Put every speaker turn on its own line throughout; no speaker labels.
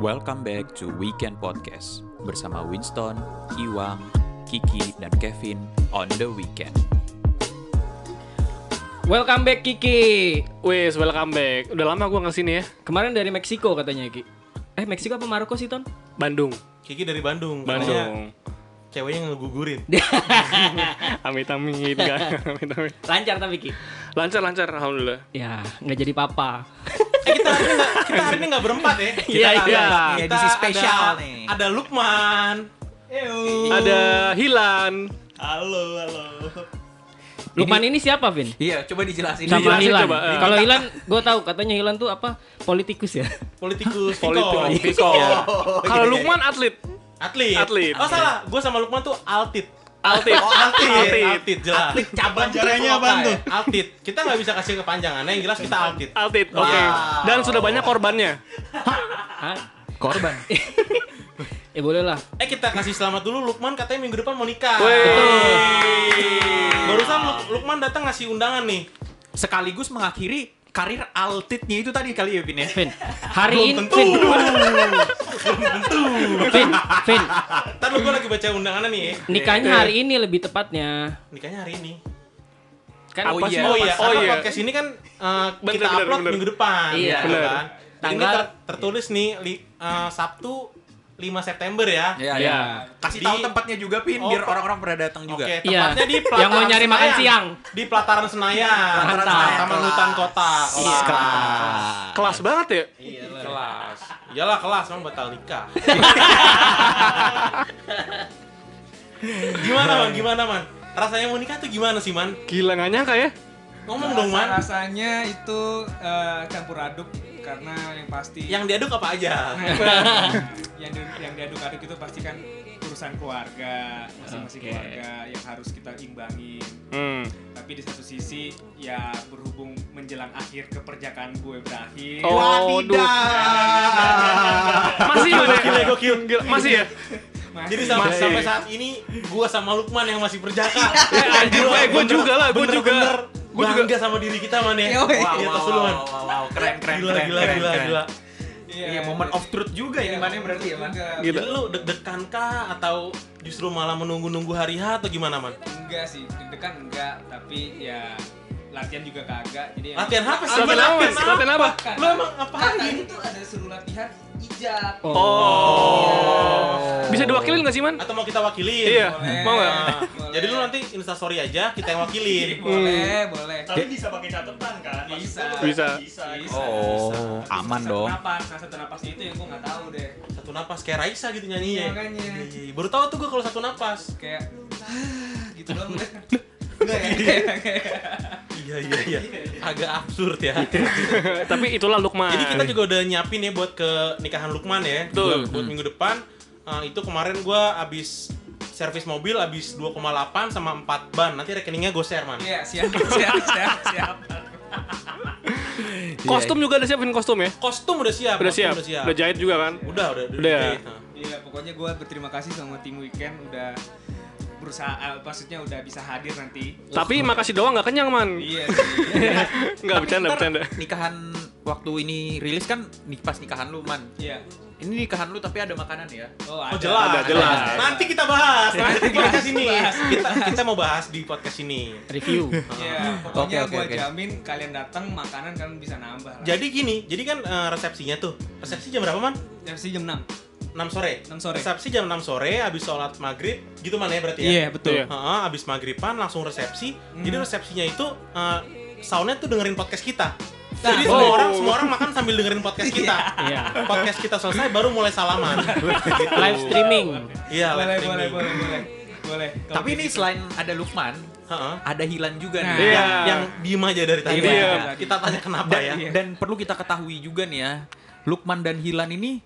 Welcome back to Weekend Podcast bersama Winston, Iwang, Kiki, dan Kevin on the weekend.
Welcome back Kiki.
Wis, welcome back. Udah lama gue nggak sini ya.
Kemarin dari Meksiko katanya Ki. Eh Meksiko apa Maroko sih Ton?
Bandung.
Kiki dari Bandung. Katanya
Bandung.
Ceweknya ngegugurin.
Amit amit kan. Amit amit.
Lancar tapi Ki.
Lancar lancar, alhamdulillah.
Ya nggak jadi papa.
Eh, kita hari ini nggak- kita hari ini nggak berempat ya.
Iya,
Kita-
iya.
Kita
Edisi spesial
ada,
nih.
Ada Lukman.
Ada Hilan.
Halo, halo.
Lukman ini siapa Vin?
Iya, coba dijelasin.
Sama
Dijelasin
Hilan.
coba, eh.
Kalau Hilan, gue tahu katanya Hilan tuh apa politikus ya.
Politikus, Iya.
Politikus, Piko. Kalau Lukman atlet.
Atlet.
Atlet.
Oh salah, gue sama Lukman tuh altit.
Atlet.
Oh, altit.
Altit.
Altit, jelas.
Atlet cabang
Caranya
apa tuh?
Altit. Kita nggak bisa kasih kepanjangannya, yang jelas kita altit.
Atlet. Oke.
Wow.
Dan sudah banyak korbannya.
Hah?
Korban.
Ya boleh lah.
Eh kita kasih selamat dulu, Lukman katanya minggu depan mau nikah.
Wih.
Barusan Luk- Lukman datang ngasih undangan nih.
Sekaligus mengakhiri karir altitnya itu tadi kali ya, Vin ya?
Vin, hari ini
Belum tentu.
Vin,
Belum tentu.
Vin, Vin,
Ntar lu gue lagi baca undangannya nih ya.
nikahnya hari ini lebih tepatnya.
Nikahnya hari ini.
Oh
Kan
Apa sih?
iya.
Oh iya,
Oh
karena
iya.
podcast ini kan eh,
Bener,
kita
bener,
upload
bener.
minggu depan.
Iya.
gitu
Bener.
kan. Jadi Ini
Tanggal-
ter- tertulis nih li- eh, Sabtu 5 September ya.
Iya,
Iya.
Kasih
Di-
tahu tempatnya juga, Pin,
Oh,
biar
Pak.
orang-orang pada datang juga.
Oke,
Iya.
tempatnya di
Yang
pelataran
mau nyari makan siang.
Di pelataran Senayan,
Pelataran
Senayan,
Taman
kelas.
Hutan Kota.
Ih,
Kelas.
kelas.
Kelas banget ya.
Iya, kelas. Iyalah kelas, emang batal nikah. gimana man? Gimana man? Rasanya mau nikah tuh gimana sih man?
Gila nggak nyangka ya.
Ngomong dong
eh,
man.
Rasanya itu eh, campur aduk karena yang pasti
Yang diaduk apa aja?
yang di- yang diaduk-aduk itu pasti kan urusan keluarga, masing-masing
Oke.
keluarga yang harus kita imbangi.
Hmm.
Tapi di satu sisi ya berhubung menjelang akhir keperjakaan gue berakhir.
Oh, aduh. Masih mana?
Gokil ya, gokil.
Gila, Masih ya?
masih-
Jadi sampai,
Masih.
sampai saat ini gua sama Lukman yang masih perjaka.
Eh, anjir, eh, gua juga lah, gua juga. Gua
Gue
juga.
juga sama diri kita man ya.
Yo,
Wah,
yo.
wow, wow, wow,
keren, keren,
gila,
keren,
gila,
keren,
gila,
keren.
gila.
Iya, moment of truth juga ini mana berarti ya, Man?
Enggak,
Gila.
Jadi lu deg-degan kah atau justru malah menunggu-nunggu hari H atau gimana man?
enggak sih, deg-degan enggak, tapi ya latihan juga kagak. Jadi ya emang-
Latihan apa sih?
Latihan apa, Mas? Latihan apa?
Karena-
Lu emang apaan
Katanya
ini?
tuh ada suruh latihan ijab.
Oh. Bisa diwakilin nggak sih man?
Atau mau kita wakilin?
Iya.
Boleh.
Mau nggak?
Nah,
Boleh.
Jadi lu nanti instastory aja kita yang wakilin.
Boleh, boleh.
Tapi bisa pakai catatan kan? Maksudnya lu
Bisa.
Bisa. gitu.
Bisa.
Oh, aman
Satu
dong.
Napas, nah satu napasnya itu yang gue nggak tahu deh.
Satu napas kayak Raisa gitu nyanyinya.
Iya, makanya.
Iya, Baru tahu tuh gua kalau satu napas.
Kayak ah, gitu doang udah. Enggak ya?
Iya iya iya. Agak absurd ya.
Tapi itulah Lukman.
Jadi kita juga udah nyiapin ya buat ke nikahan Lukman
iya.
ya.
Betul. Hmm.
Buat, buat minggu depan. Eh, itu kemarin gua abis servis mobil abis 2,8 sama 4 ban. Nanti rekeningnya gue share man.
Iya, siap, siap, siap, siap.
Kostum juga udah siapin kostum ya?
Kostum udah siap.
Udah
Iya,
siap.
kostum Udah siap.
Udah jahit juga kan?
Udah udah
Udah ya?
dijahit, nah.
Iya, pokoknya gue berterima kasih sama tim weekend udah berusaha, eh, maksudnya udah bisa hadir nanti.
Tapi makasih doang nggak kenyang man.
Iya sih.
Nggak bercanda
Ntar
bercanda.
Nikahan waktu ini rilis kan nih pas nikahan lu, Man.
Iya.
Ini nikahan lu tapi ada makanan ya.
Oh, ada.
Oh jelas,
Ada, jelas.
Nanti kita bahas, nanti di
Kita
podcast ini.
bahas.
Kita kita mau bahas di podcast ini.
Review.
Iya,
Oke,
pokoknya
oke,
gue
oke.
jamin kalian datang makanan kalian bisa nambah. lah.
Jadi gini, jadi kan eh, resepsinya tuh. Resepsi jam berapa, Man?
jam sih jam 6.
6 sore.
6 sore.
Resepsi jam 6 sore habis sholat maghrib gitu Man ya berarti ya.
Iya, betul.
Iya.
Heeh, abis magriban langsung resepsi. Jadi resepsinya itu eh, soundnya tuh dengerin podcast kita. Jadi semua
Oh.
orang semua orang makan sambil dengerin podcast kita.
Iya.
Podcast kita selesai baru mulai salaman. Gitu.
Live streaming.
Iya, live
boleh,
streaming.
boleh, boleh, boleh, boleh. Kalau
Tapi ini
gitu.
selain ada Lukman,
Heeh.
ada Hilan juga
Nah,
nih.
Iya.
Yang, yang diem aja dari tadi.
Diem aja.
Kita tanya kenapa
Dan,
ya.
Iya.
dan perlu kita ketahui juga nih ya, Lukman dan Hilan ini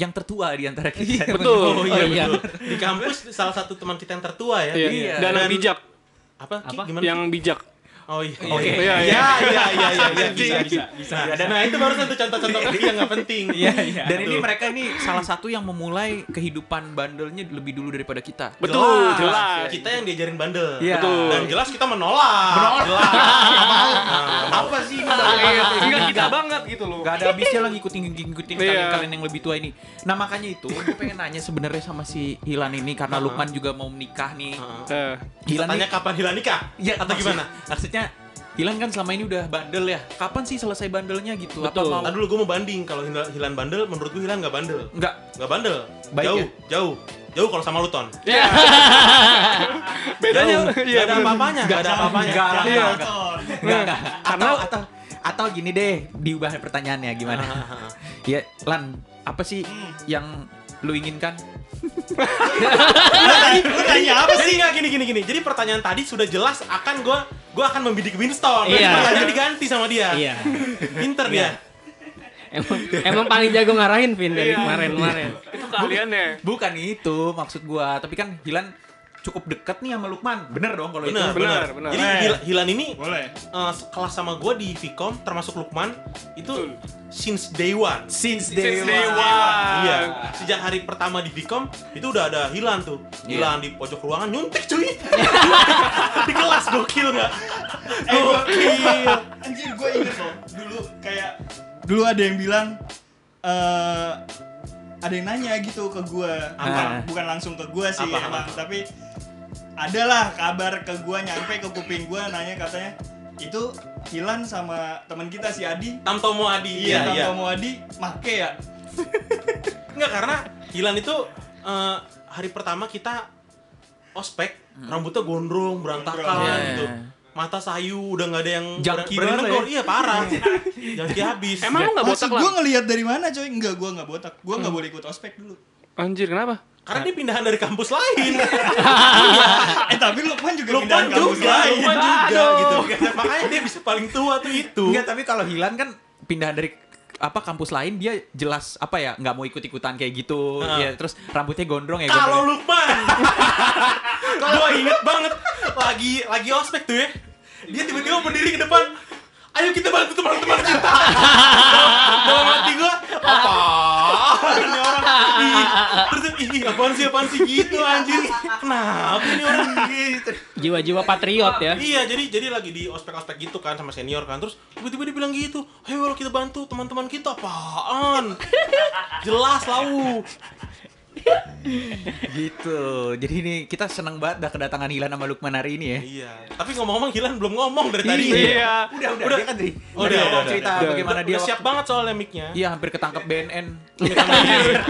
yang tertua di antara kita.
Iya,
Betul.
Oh iya,
Oh, iya.
betul. Di kampus salah satu teman kita yang tertua ya.
Iya. Dan yang Iya. bijak,
Apa? Ki,
Apa?
Gimana?
yang bijak.
Oh iya.
Oke.
Iya iya iya iya iya.
Bisa, bisa, bisa.
Nah, nah, itu baru satu contoh-contoh tadi yang nggak penting.
Iya, iya.
Dan ini
Betul.
mereka ini salah satu yang memulai kehidupan bandelnya lebih dulu daripada kita.
Betul,
iya,
jelas.
Kita yang diajarin bandel.
Iya.
Betul.
Dan jelas kita menolak. Jelas. Nah,
Apa sih ini?
Iya,
Iya.
Enggak kita banget gitu loh.
Gak ada habisnya lah ngikutin ngikutin
Iya.
kalian, kalian yang lebih tua ini. Nah makanya itu, gue pengen nanya sebenarnya sama si Hilan ini karena Lukman juga mau menikah nih.
Eh,
Kita
Hilan
tanya
nih-
kapan Hilal nikah?
ya
atau
maksud-
gimana?
Maksudnya Hilan kan selama ini udah bandel ya. Kapan sih selesai bandelnya gitu? Atau
Betul.
mau?
Tadi dulu gue mau banding kalau Hilal Hilan bandel, menurut gue Hilan nggak bandel.
Enggak.
Nggak bandel.
Baik
jauh,
ya?
jauh, jauh kalau sama Luton.
bedanya
Nggak ada
bener.
apa-apanya. Gak ada apa-apanya. Iya,
Enggak,
Jangan.
enggak, enggak.
Nonton.
Enggak, enggak. Atau, atau, atau gini deh, diubah pertanyaannya gimana? ya, Lan, apa sih yang lu inginkan?
Tadi lu tanya apa sih? Jadi nggak gini gini gini. Jadi pertanyaan tadi sudah jelas akan gue gue akan membidik Winston. Jadi
Iya.
pertanyaan diganti sama dia.
Iya.
Pinter dia.
Emang emang paling jago ngarahin Vin dari kemarin-kemarin.
Itu kalian ya.
Bukan itu maksud gua, tapi kan Hilan cukup deket nih sama Lukman. Bener dong kalau itu.
Benar, benar.
Benar, benar.
Jadi
Boleh.
Hil- Hilan ini
Boleh.
eh, kelas sama gue di Vicom termasuk Lukman itu since day one.
Since
Since day one.
Iya, sejak hari pertama di Vicom itu udah ada Hilan tuh. Hilan di pojok ruangan nyuntik cuy. di kelas gokil nggak?
Eh,
Gokil.
Anjir gue inget loh dulu kayak Iya. dulu ada yang bilang eh ada yang nanya gitu ke gue
Apa?
bukan, bukan langsung ke gue sih
Apa, apa,
emang
apa?
tapi adalah kabar ke gue nyampe ke kuping gue nanya katanya itu Hilan sama teman kita si Adi
Tamtomo Adi.
iya, tanpa mau Adi make ya
Enggak karena Hilan itu eh, hari pertama kita ospek, rambutnya gondrong, berantakan
Gondrong.
Iya.
gitu. Mata sayu udah nggak ada yang
Junkie
berani
banget
negur.
ya.
Iya parah. Jangki habis.
Emang lu enggak
Maksud
botak lah.
gue ngelihat dari mana coy? Enggak, gue nggak botak. Gue nggak boleh ikut ospek dulu.
Anjir, kenapa?
karena dia pindahan dari kampus lain.
eh tapi Lukman juga
Lukman
pindahan kampus
juga,
lain.
Lukman juga gitu. Makanya dia bisa paling tua tuh itu.
Enggak, tapi kalau Hilan kan pindahan dari apa kampus lain dia jelas apa ya nggak mau ikut ikutan kayak gitu
Heeh.
ya terus rambutnya gondrong ya
Kalau
gondrong.
Lukman, gue inget banget lagi lagi ospek tuh ya. Dia tiba-tiba berdiri ke depan. Ayo kita bantu teman-teman kita. Dalam hati gue, apa? Ini orang, ih, terus ih, ih, apaan sih, apaan sih gitu anjir. Kenapa ini orang gitu?
Jiwa-jiwa patriot ya.
Iya, jadi jadi lagi di ospek-ospek gitu kan sama senior kan. Terus tiba-tiba dia bilang gitu, "Ayo kalau kita bantu teman-teman kita apaan?" Jelas lau.
gitu jadi ini kita seneng banget dah kedatangan Hilan sama Lukman hari ini ya
Iya. Tapi ngomong-ngomong Hilan belum ngomong dari tadi.
Iya.
udah udah, dia kan dari
Oh,
dari
udah,
awal
udah,
cerita
udah.
bagaimana
Udah-
dia
udah siap banget soalnya mic-nya.
iya hampir ketangkep BNN
Amit, amit, amit,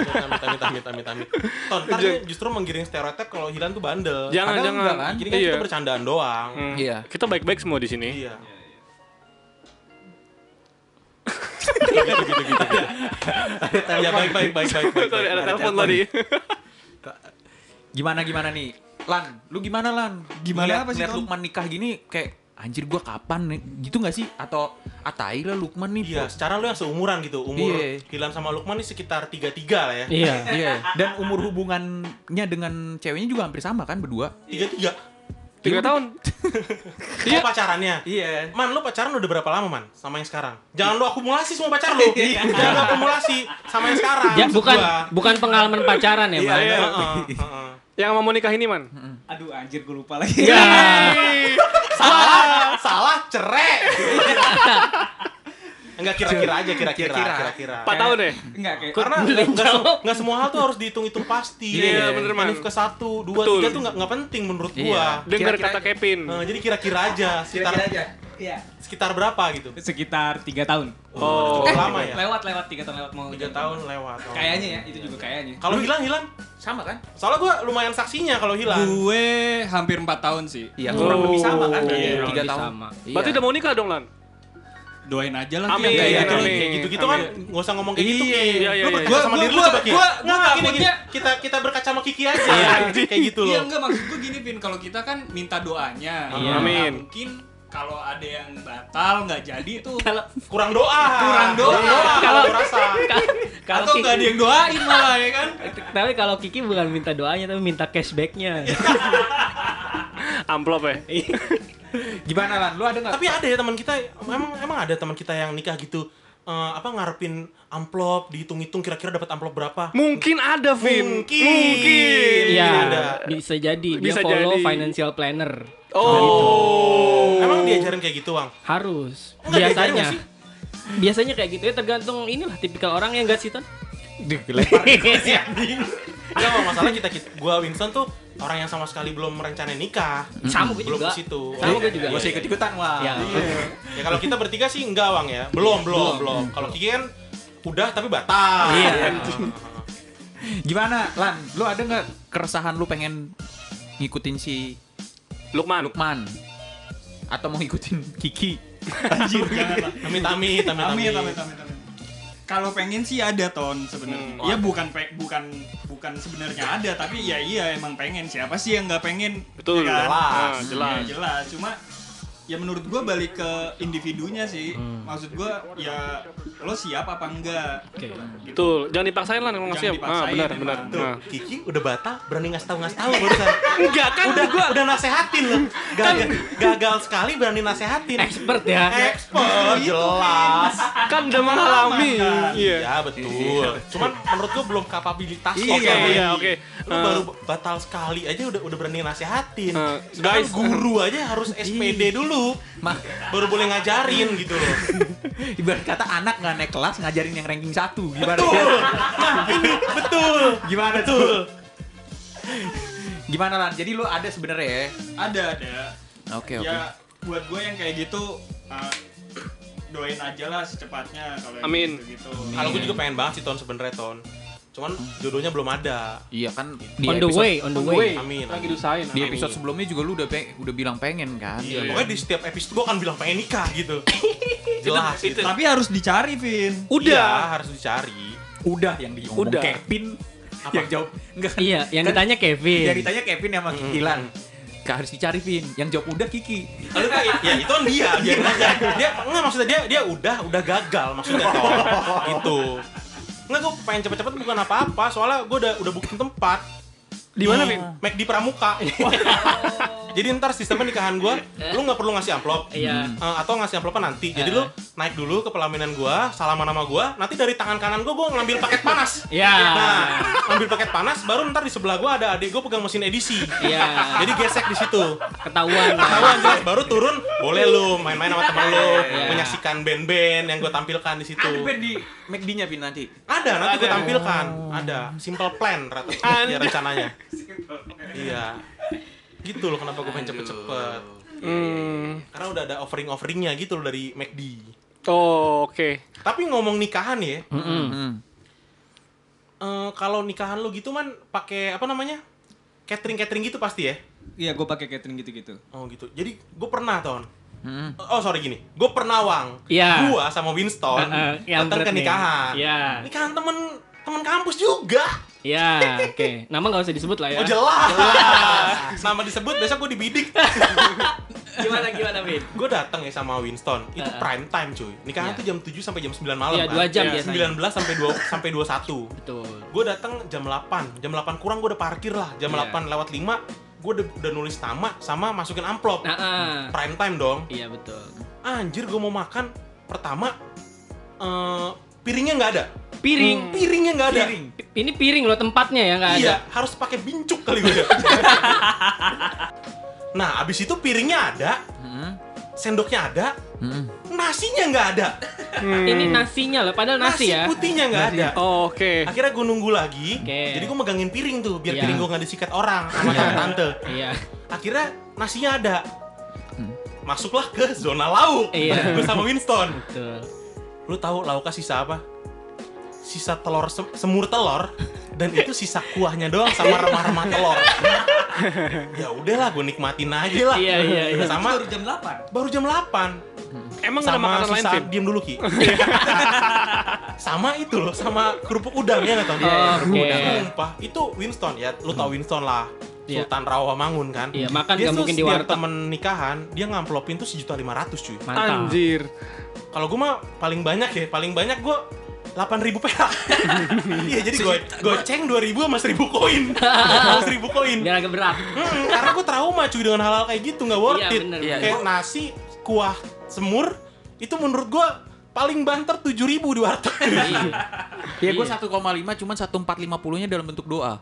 amit, amit, amit, amit. Ton, ntar dia justru menggiring stereotip kalau Hilan tuh bandel.
Jangan
Padahal
jangan.
enggak kan?
Jadi kan
iya.
kita bercandaan doang.
Hmm.
Iya.
Kita baik-baik semua di sini.
Iya. Ya baik baik baik baik. baik,
Sorry, ada
baik.
telepon tadi.
gimana gimana nih Lan lu gimana Lan Ngeliat-
Gimana apa sih,
ngeliat
Tom?
Lukman nikah gini kayak anjir gua kapan nih gitu nggak sih atau atai lah Lukman nih
Iya,
bos."
secara lu yang seumuran gitu. Umur
Iya.
Hilan sama Lukman nih sekitar 33 lah ya.
Iya.
Iya, dan umur hubungannya dengan ceweknya juga hampir sama kan berdua?
33.
Tiga tahun.
Iya. pacarannya.
Iya.
Man, lu pacaran udah berapa lama, Man? Sama yang sekarang. Jangan lu akumulasi semua pacar lu. Jangan lu akumulasi sama yang sekarang.
Ya,
maksud
bukan
gua.
bukan pengalaman pacaran ya,
Iya,
Bang.
iya. heeh, heeh.
Yang mau nikah ini, Man.
Aduh anjir gue lupa lagi.
Iya,
salah salah cerai enggak kira-kira aja kira-kira
Kira-kira.
kira-kira
Empat tahun deh.
Enggak kayak
karena nggak- nggak se- nggak semua hal tuh harus dihitung-hitung pasti
Iya, bener, Man.
Alif ke satu dua
Betul.
tiga tuh nggak nggak penting menurut gua
Iya.
Dengar
Kira-kira
kata
aja.
Kevin.
Nah, jadi kira-kira aja sekitar
aja.
Iya.
sekitar berapa gitu
Sekitar 3 tahun.
oh cukup lama ya
Eh, Lewat lewat 3 tahun lewat mau
tiga tahun lewat Oh.
Kayaknya ya, itu juga kayaknya.
kalau hilang hilang
Sama kan?
soalnya gua lumayan saksinya kalau hilang
Gue hampir 4 tahun sih.
Iya,
Oh.
kurang lebih sama kan?
Iya,
Tiga
kurang lebih
tahun.
sama.
Berarti udah mau nikah dong, Lan.
Doain aja lah.
Amin.
Iya,
Iya,
kayak
amin.
kayak gitu-gitu kan nggak usah ngomong kayak gitu
Iya,
Ki.
iya, iya,
Lu
iya.
berkaca sama
Gua-
diri lu
gua-
coba Ki.
gua- gua
Nggak, gini, gini.
takutnya-
kita kita berkaca sama Kiki aja kayak gitu
Iya
loh
enggak maksud gue gini Vin, kalau kita kan minta doanya.
Iya.
Nah,
Amin.
mungkin kalau ada yang batal nggak jadi tuh
Kalau
kurang doa
Kurang doa.
kalau
Kalau-
rasa
kalau
atau nggak ada
Kiki,
yang doain malah ya kan.
tapi kalau Kiki
Iya,
bukan minta doanya tapi minta cashbacknya.
Amplop ya.
Gimana Lan? Lu ada nggak?
Tapi ada ya teman kita, emang emang ada teman kita yang nikah gitu eh, apa ngarepin amplop, dihitung-hitung kira-kira dapat amplop berapa.
Mungkin ada, Vin.
Mungkin.
Mungkin.
Iya,
ada.
bisa jadi. Dia
Bisa
follow
jadi.
financial planner.
Oh.
Emang diajarin kayak gitu, Wang?
Harus.
Oh, Enggak diajarin
biasanya.
nggak sih?
Biasanya kayak gitu ya tergantung inilah tipikal orang yang gak sih Ton?
Enggak, Wang, masalah kita, kita gua Winston tuh orang yang sama sekali belum merencanain nikah.
Sama gue
belum
juga.
ke situ. Iya,
Sama gue juga.
Gue sih ikut-ikutan, Wang.
Ya.
Ya kalau kita bertiga sih enggak, Wang ya. Belum, belum, belum. Kalau Kiki kan udah tapi batal.
Iya. Gimana, Lan? Lu ada nggak keresahan lu pengen ngikutin si
Lukman.
Lukman? Atau mau ngikutin Kiki?
Anjir, janganlah.
Amit, amit, amit,
Amin,
amit.
amin, amin, amin. Kalau pengen sih ada ton sebenarnya.
Hmm.
Ya bukan pe- bukan bukan sebenarnya ada, tapi ya iya emang pengen. Siapa sih yang nggak pengen?
Betul.
Ya kan?
Jelas.
Ya,
jelas.
jelas. Cuma ya menurut gua balik ke individunya sih.
Hmm.
Maksud gua ya lo siap apa enggak?
Oke.
Betul. Jangan dipaksain lah emang
Jangan
siap. Ah,
dipaksain,
benar,
emang.
benar.
Tuh,
Nah.
Kiki udah batal, berani ngasih tahu ngasih tahu barusan.
Enggak kan
udah
gua Kan-
udah nasehatin loh. Gagal, gagal sekali berani nasehatin.
Expert ya.
Iya.
Expert jelas.
kan udah mengalami.
kan.
Iya.
Ya betul. Cuman menurut gua belum kapabilitas
Oke,
lo selama
iya,
ini.
oke.
Lu
Eh.
baru batal sekali aja udah udah berani nasehatin.
Eh,
Sedangkan
guys.
guru aja harus
Iya.
SPD dulu.
Mah,
Baru boleh ngajarin gitu loh.
ibarat kata anak nggak naik kelas ngajarin yang ranking satu. Gimana?
Betul. Nah, ini betul.
Gimana tuh? Gimana Lan? Jadi lu ada sebenarnya ya?
Ada ada.
Oke, oke.
Ya buat gua yang kayak gitu ah, doain aja lah secepatnya kalau yang
Amin.
gitu.
Kalau gua juga pengen banget sih Ton sebenernya Ton. Cuman jodohnya belum ada.
Iya kan di
On the
episode,
way, on the way.
Amin.
Lagi
amin.
diusahain.
Di episode sebelumnya juga lu udah pe- udah bilang pengen kan?
Iya, pokoknya di setiap episode gua akan bilang pengen nikah gitu. Jelas itu.
Tapi harus dicari, Vin.
Iya,
Udah.
harus dicari.
Udah yang diomong
Udah.
Kevin yang jawab enggak kan?
Iya, yang
kan
ditanya Kevin.
Yang ditanya Kevin sama Kiki Lan. Kak harus dicari Vin, yang jawab udah Kiki.
Lalu kan ya itu kan dia biarin aja. Dia enggak maksudnya dia dia udah udah gagal maksudnya Ton. gitu. Enggak gua pengen cepet-cepet bukan apa-apa soalnya gua udah udah booking tempat. Di mana, Vin? Mac di Pramuka. Jadi ntar sistemnya nikahan gua, lu nggak perlu ngasih amplop.
Iya.
Eh, atau ngasih amplopnya nanti. Jadi lu naik dulu ke pelaminan gua, salaman nama gua, nanti dari tangan kanan gua gua ngambil paket panas.
Iya.
Nah, ambil paket panas baru ntar di sebelah gua ada adik gua pegang mesin edisi.
Iya.
Jadi gesek di situ.
Ketahuan.
Ketahuan jelas baru turun, boleh lu main-main sama temen lu,
Iya.
menyaksikan band-band yang gua tampilkan di situ.
Ada band Oh. di McD-nya Vin nanti.
Ada, nanti gua tampilkan. Ada. Simple plan rata ya, rencananya. Iya. Gitu loh kenapa gua pengen cepet-cepet.
Hmm.
Karena udah ada offering-offeringnya gitu loh dari McD.
Oh, oke.
Tapi ngomong nikahan ya,
Heeh.
eh, kalau nikahan lu gitu man pakai apa namanya? Catering-catering gitu pasti ya?
Iya, gue pakai catering gitu-gitu.
Oh gitu. Jadi gue pernah ton. Oh sorry gini, gue pernah wang.
Hmm. Iya.
Gue sama Winston
Heeh, yang
datang ke
berat nih.
nikahan.
Iya.
Nikahan temen temen kampus juga.
Iya, oke. Nama nggak usah disebut lah ya.
Oh jelas. jelas. Nama disebut besok gue dibidik.
Gimana gimana, Vin?
gue datang ya sama Winston. Itu
Heeh.
prime time cuy. Nikahan
Iya.
tuh jam 7 sampai jam 9 malam.
Iya,
kan?
dua jam
Iya.
biasanya.
19 sampai 2 sampai 21.
Betul.
Gue datang jam 8. Jam 8 kurang gue udah parkir lah. Jam
Iya.
8 lewat 5 gue udah, udah nulis nama sama masukin amplop.
Nah, ah.
Prime time dong.
iya betul.
anjir gue mau makan pertama eh, piringnya nggak ada Hmm.
Piring.
piringnya nggak ada
Pi- Ini piring loh tempatnya ya nggak ada.
iya harus pakai bincuk kali gue nah abis itu piringnya ada
Hmm.
sendoknya ada nasinya nggak ada
Ini
Hmm.
nasinya loh, padahal nasi, ya.
putihnya nggak ada
Oh, oke.
akhirnya gue nunggu lagi
Oke.
jadi gue megangin piring tuh biar
Iya.
piring gue nggak disikat orang sama
Iya.
tante
Iya.
akhirnya nasinya ada masuklah ke zona lauk
Hmm. Iya.
gue sama Winston
Betul.
lu tahu lauknya sisa apa? Sisa telur sem- semur telur dan itu sisa kuahnya doang sama remah-remah telur. ya udahlah gue nikmatin aja lah.
Iya, iya, iya.
Sama
Baru jam 8.
baru jam 8.
Emang ada
sama
makanan lain,
sisa
Vin?
diem dulu Ki. sama itu loh, sama kerupuk udang ya nggak tahu?
Iya, iya, kerupuk
Udah,
udang.
sumpah. Itu Winston ya, lu tau Winston lah.
Hmm. Iya.
Sultan Rawamangun kan.
Iya, makan
dia
nggak
tuh
mungkin di
setiap
warteg.
temen nikahan, dia ngamplopin tuh sejuta lima ratus cuy
Mantap.
Anjir.
kalau gue mah paling banyak ya paling banyak gue delapan ribu perak. Iya jadi go goceng dua ribu sama seribu koin, Sama seribu koin.
Biar agak berat.
Mm, karena gue trauma cuy dengan hal-hal kayak gitu nggak worth
Iya,
it.
bener,
Iya,
kayak nasi, kuah, semur itu menurut gue paling banter tujuh ribu di warteg.
Ya gue
Iya.
1,5 cuman 1450 nya dalam bentuk doa.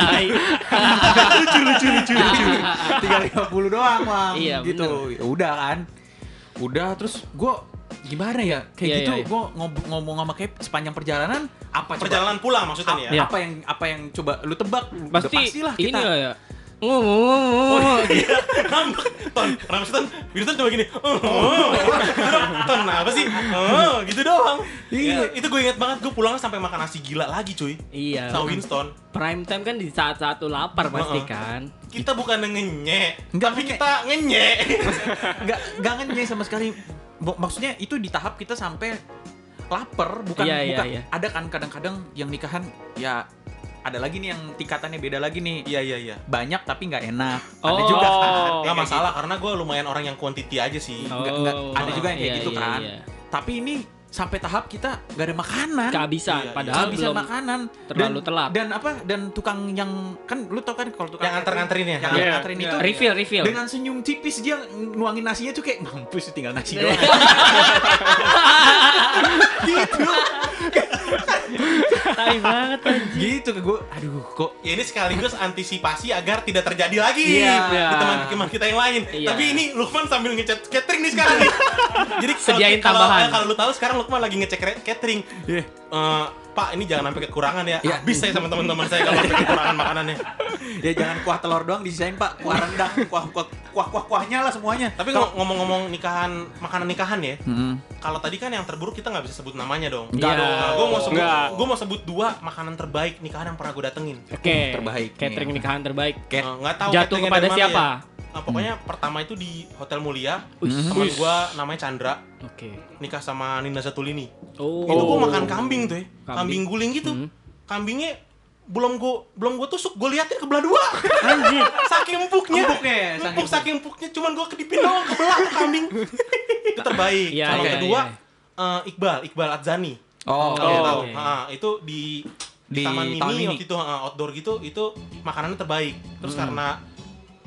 Naik.
tiga lima puluh doang bang
Iya,
gitu Ya udah kan udah terus gue gimana ya kayak
Iya,
gitu
iya, iya.
gue ngomong sama kayak sepanjang perjalanan apa coba-
Perjalanan pulang maksudnya nih ya.
Iya.
apa yang apa yang coba lu tebak Udah
Pasti
pastilah
ini
kita Oh,
lah ya. Ngomong.
Iya, ngambek. Ton, rambut Ton, Wiruton cuma gini. "Oh, oh." Terus, Ton, apa sih? Oh, gitu doang.
Iya.
Ya, itu gue inget banget, gue pulang sampai makan nasi gila lagi cuy.
Iya.
Sama Winston.
Prime time kan di saat-saat lu lapar pasti
Heeh.
kan.
Kita bukan ngenye,
Nggak
tapi
ngenyek.
kita ngenye.
nggak nggak ngenyai sama sekali Bo- maksudnya itu di tahap kita sampai lapar bukan
Iya, iya,
bukan
iya.
ada kan kadang-kadang yang nikahan ya ada lagi nih yang tingkatannya beda lagi nih
Iya, iya, iya.
banyak tapi nggak enak ada
Oh. gitu.
juga kan
Nggak masalah, karena gue lumayan orang yang quantity aja sih.
Oh.
Nggak- nggak- ada juga yang kayak
Iya,
gitu
iya,
kan.
iya.
tapi ini sampai tahap kita nggak ada makanan
Kehabisan
Iya, iya.
padahal
kehabisan
Ah, belum
makanan
terlalu
dan,
telat.
dan apa dan tukang yang kan lu tau kan kalau tukang
Yang anter-nganterinnya.
yang
Iya.
anterin itu
Refill, refill.
dengan senyum tipis dia nuangin nasinya tuh kayak mampus tinggal nasi doang gitu
Tai banget anjir.
gitu ke gue aduh kok
Ya ini sekaligus antisipasi agar tidak terjadi lagi
Iya.
di teman-teman kita yang lain.
Iya.
Tapi ini Lukman sambil ngechat catering nih sekarang. nih. Jadi kalau-
Sediain
kalau,
tambahan.
Kalau lu tahu sekarang Lukman lagi ngecek re- catering. Eh, Pak, ini jangan sampai kekurangan ya.
Iya.
Habis saya sama teman-teman saya kalau sampai kekurangan makanannya.
ya jangan kuah telur doang disisain pak kuah rendang kuah kuah kuah kuah kuahnya lah semuanya
Tapi ngom- ngomong-ngomong nikahan, makanan nikahan ya.
Mm-mm.
Kalau tadi kan yang terburuk kita nggak bisa sebut namanya dong.
Mm-hmm. Nggak
Iya.
dong.
Nah, gue mau sebut,
Nggak.
gue mau sebut dua makanan terbaik nikahan yang pernah gue datengin.
Oke.
Terbaik.
Catering
Iya.
nikahan terbaik.
Oke.
Eh, Nggak tahu
Jatuh
cateringnya
kepada
dari mana
siapa?
ya. Nah, pokoknya pertama itu di Hotel Mulia.
Wih.
Teman gue namanya Chandra
Oke.
nikah sama Nina Zatulini.
Oh.
Itu gue makan kambing tuh, ya.
Kambing.
kambing, guling gitu.
Hmm.
Kambingnya belum gue belum gue tusuk, gue liatin kebelah dua.
Anjir.
saking empuknya.
Empuknya, saking
empuk, saking empuknya. Cuman gue kedipin doang kebelah tuh kambing. itu terbaik.
Iya,
Sama
iya,
kedua
iya.
eh, Iqbal, Iqbal Adzani.
oh,
Kalau
Oh,
tahu,
iya.
Ha, itu di di,
Di
Taman Mini,
Taman Mini.
waktu itu ha, outdoor gitu itu makanannya terbaik. Terus karena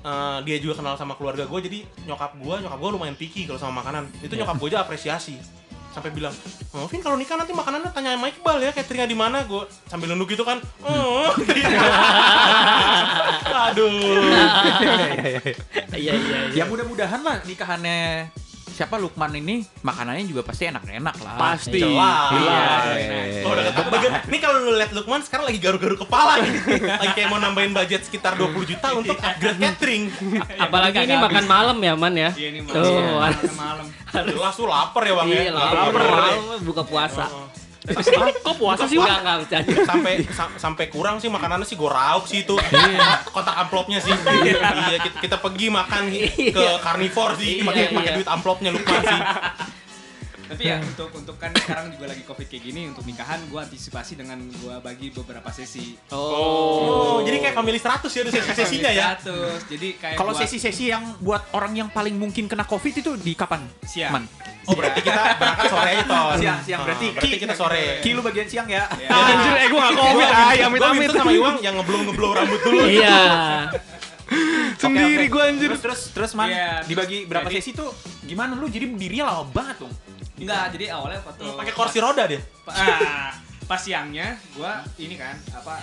eh, dia juga kenal sama keluarga gue jadi nyokap gue nyokap gue lumayan picky kalau sama makanan itu nyokap gue aja apresiasi sampai bilang oh, Vin kalau nikah nanti makanannya tanya sama Iqbal ya cateringnya di mana gue sambil nunduk gitu kan oh gitu. aduh
Iya, iya, iya.
ya mudah-mudahan lah nikahannya siapa Lukman ini makanannya juga pasti enak-enak lah
Pasti.
Jelas.
Iya.
Lo udah ketebak. Ini kalau lu lihat Lukman sekarang lagi garu-garu kepala nih. Lagi kayak mau nambahin budget sekitar 20 juta untuk upgrade catering.
Apalagi ini makan malam ya, Man ya.
Iya nih malam.
Tuh,
Iya,
harus
malam.
Jelas tuh lapar ya Bang ya.
Iya, lapar, malam buka puasa.
Heeh.
Kok puasa sih, Wak? Enggak, enggak bercanda.
sampai sam- sampai kurang sih makanannya sih gue rauk sih itu
Iya.
kotak amplopnya sih iya kita, kita pergi makan ke carnivore sih
Iya,
pakai pakai
iya.
duit amplopnya Lukman sih
Tapi ya untuk untuk kan sekarang juga lagi covid kayak gini untuk nikahan gue antisipasi dengan gue bagi beberapa sesi.
oh jadi kayak family 100 ya ada sesi-sesinya ya
Status. Jadi kayak
Kalau
gua-
sesi-sesi yang buat orang yang paling mungkin kena COVID itu di kapan?
Siang.
Man?
oh berarti kita berangkat sore aja Ton
Siang, siang.
Ah,
Berarti
berarti
Ki-
kita sore
Ki lu bagian siang ya.
Iya.
Anjir, eh gue gak covid, ay, amit
Gua
amit
Winston sama Iwang yang ngeblow-ngeblow rambut dulu.
Iya.
sendiri gue anjir.
Terus terus terus man
Iya, terus
dibagi berapa
jadi-
sesi tuh gimana lu jadi berdirinya lama banget dong.
Enggak, jadi awalnya foto
Pakai kursi roda dia.
Ah, pas siangnya gua ini kan apa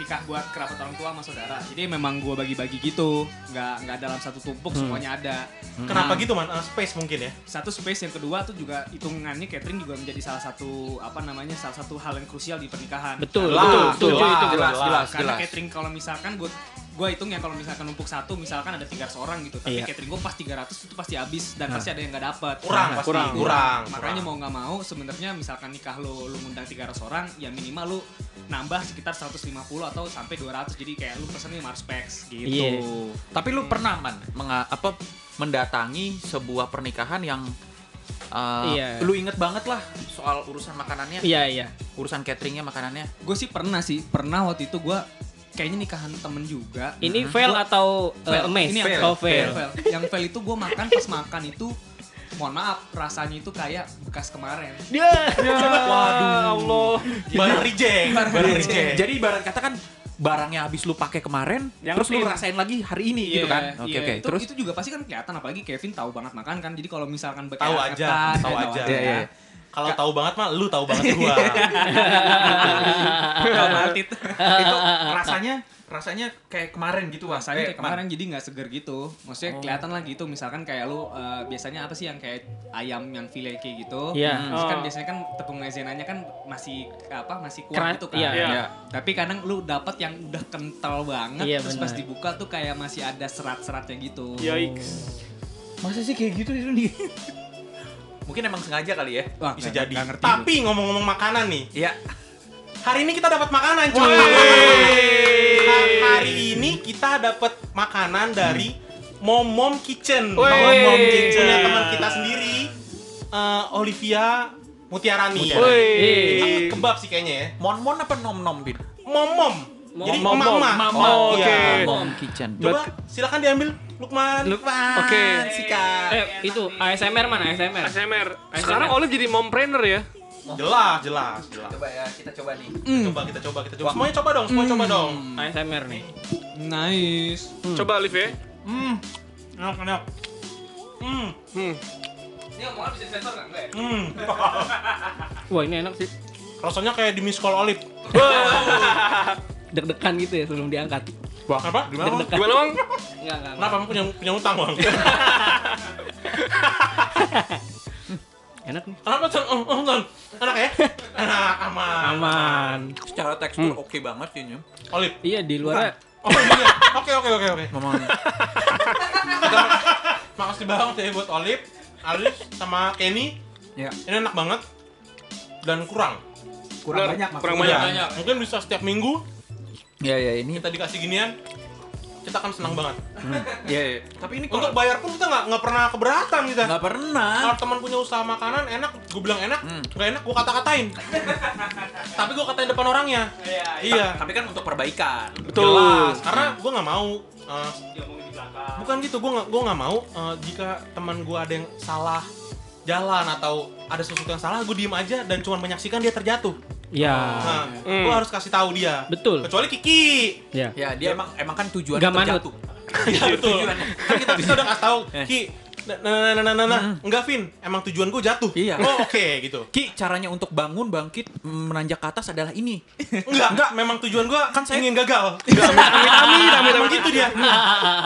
nikah buat kerabat orang tua sama saudara. Jadi memang gua bagi-bagi gitu, nggak nggak dalam satu tumpuk semuanya ada.
Hmm. Kenapa
Nah,
gitu man? Eh, space mungkin ya.
Satu space yang kedua tuh juga hitungannya catering juga menjadi salah satu apa namanya salah satu hal yang krusial di pernikahan. Nah,
Betul,
Jelas,
betul, betul.
jelas,
Itu jelas.
jelas,
Karena
jelas.
catering kalau misalkan gue gue hitung ya kalau misalkan numpuk satu misalkan ada 300 orang gitu tapi
Iya. Nah.
catering gue pas 300 itu pasti habis dan pasti ada yang nggak dapat
Kurang pasti.
kurang,
kurang.
makanya mau nggak mau sebenarnya misalkan nikah lo lu ngundang 300 orang ya minimal lu nambah sekitar 150 atau sampai 200 jadi kayak lu pesen 500 packs gitu
Iya.
Tapi lu pernah man menga- apa mendatangi sebuah pernikahan yang uh,
Iya.
lu inget banget lah soal urusan makanannya,
Iya, iya.
urusan cateringnya makanannya.
gue sih pernah sih pernah waktu itu gue kayaknya nikahan temen juga Nah.
Ini fail atau eh,
Fail.
amaze?
Ini yang
Oh, fail.
Yang fail itu gue makan pas makan itu mohon maaf rasanya itu kayak bekas kemarin
Dia.
Waduh.
Ya Allah.
Barang reject.
Barang
Barang
reject.
reject.
Jadi ibarat kata kan barangnya habis lu pakai kemarin,
Yang
terus lu
pin.
rasain lagi hari ini gitu
Iya,
kan? Oke
iya.
oke.
Itu,
Terus
itu juga pasti kan kelihatan apalagi Kevin tahu banget makan kan. Jadi kalau misalkan bekal
Tahu aja,
ya,
tahu aja.
Iya, iya.
gitu.
Kalau tahu banget mah lu tahu banget gua.
Eh,
itu rasanya rasanya kayak kemarin gitu
Rasanya kayak
Eh, man-
kemarin jadi nggak seger gitu.
Oh.
Maksudnya kelihatan lah gitu. Misalkan kayak lu eh, biasanya apa sih yang kayak ayam yang filet kayak gitu.
Iya.
Terus kan
Oh.
biasanya kan tepung maizena-nya kan masih apa masih
Keras,
kuat gitu kan.
iya.
Iya.
Tapi kadang lu dapat yang udah kental banget
Iya,
terus
benar.
pas dibuka tuh kayak masih ada serat-seratnya gitu.
Iya,
Yikes.
Masa sih kayak gitu itu nih? Mungkin emang sengaja kali ya.
Wah,
Bisa
nggak-
jadi.
nggak ngerti
Tapi ngomong-ngomong makanan nih.
Iya.
Hari ini kita dapat makanan, cuy. Nah, Hari ini kita dapat makanan dari Mom Mom Kitchen.
Wey.
Mom Mom Kitchen punya teman kita sendiri eh, Olivia Mutiarani.
Woi.
Iya.
Aku kebab sih kayaknya ya.
Mon-mon apa nom-nom, Bin?
Mom Mom. Jadi
Mom,
mama.
mom. Mama. Oh,
Iya.
oke.
Mom kitchen.
Coba silakan diambil Lukman.
Lukman.
Oke.
Sikat.
Eh, itu ASMR mana ASMR?
ASMR. Sekarang Olive jadi mompreneur ya.
Jelas, jelas, jelas.
Coba ya, kita coba nih.
Coba kita coba, kita coba. Semuanya coba dong, semua coba dong.
ASMR nih.
Nice.
Coba Olive ya.
Hmm.
Enak, enak.
Hmm.
Hmm.
Ini omongan bisa sensor enggak ya?
Hmm.
Wah, ini enak sih.
Rasanya kayak di miss call Olive.
Deg-degan gitu ya sebelum diangkat.
Apa? Gimana? Bang?
Gimana, Bang?
Enggak, enggak.
Kenapa emang punya punya utang, Bang?
Enak nih.
Kenapa, Ton? Oh, oh, Ton. Enak ya? Enak, aman.
Aman.
Secara tekstur oke banget sih ini.
Olive.
Iya, di luar
Oh, iya. Oke, oke, oke, oke.
Memang
Makasih banget ya buat Olive, Aris sama Kenny.
ya.
Ini enak banget dan kurang. Ya,
Kurang
Benar,
banyak
kurang
maksudnya.
banyak.
Mungkin bisa setiap minggu
Ya ya ini.
kita dikasih ginian kita akan senang banget.
Ya, ya. Tapi ini
Untuk
kalau
bayar pun kita nggak nggak pernah keberatan kita.
nggak pernah.
Kalau teman punya usaha makanan enak, gue bilang enak,
Hmm.
nggak enak gue kata-katain. Tapi gue katain depan orangnya. Iya.
Tapi kan untuk perbaikan.
Betul.
Jelas, Nah, karena gue nggak mau eh, bukan gitu gue nggak gue nggak mau eh, jika teman gue ada yang salah jalan atau ada sesuatu yang salah gue diem aja dan cuma menyaksikan dia terjatuh
Ya.
nah
Hmm.
gue harus kasih tahu dia
Betul.
kecuali Kiki
Ya.
Ya, dia emang emang kan tujuan
Nggak manut.
terjatuh.
Iya, betul kan kita kita udah kasih tahu
Eh.
Ki nah nah nah nah, nah, nah, nah. enggak Vin emang tujuan gue jatuh
Iya.
oh oke gitu
Ki, caranya untuk bangun, bangkit, menanjak ke atas adalah ini.
enggak enggak memang tujuan gue kan saya ingin gagal
Amit amit amit
Emang
amit.
gitu dia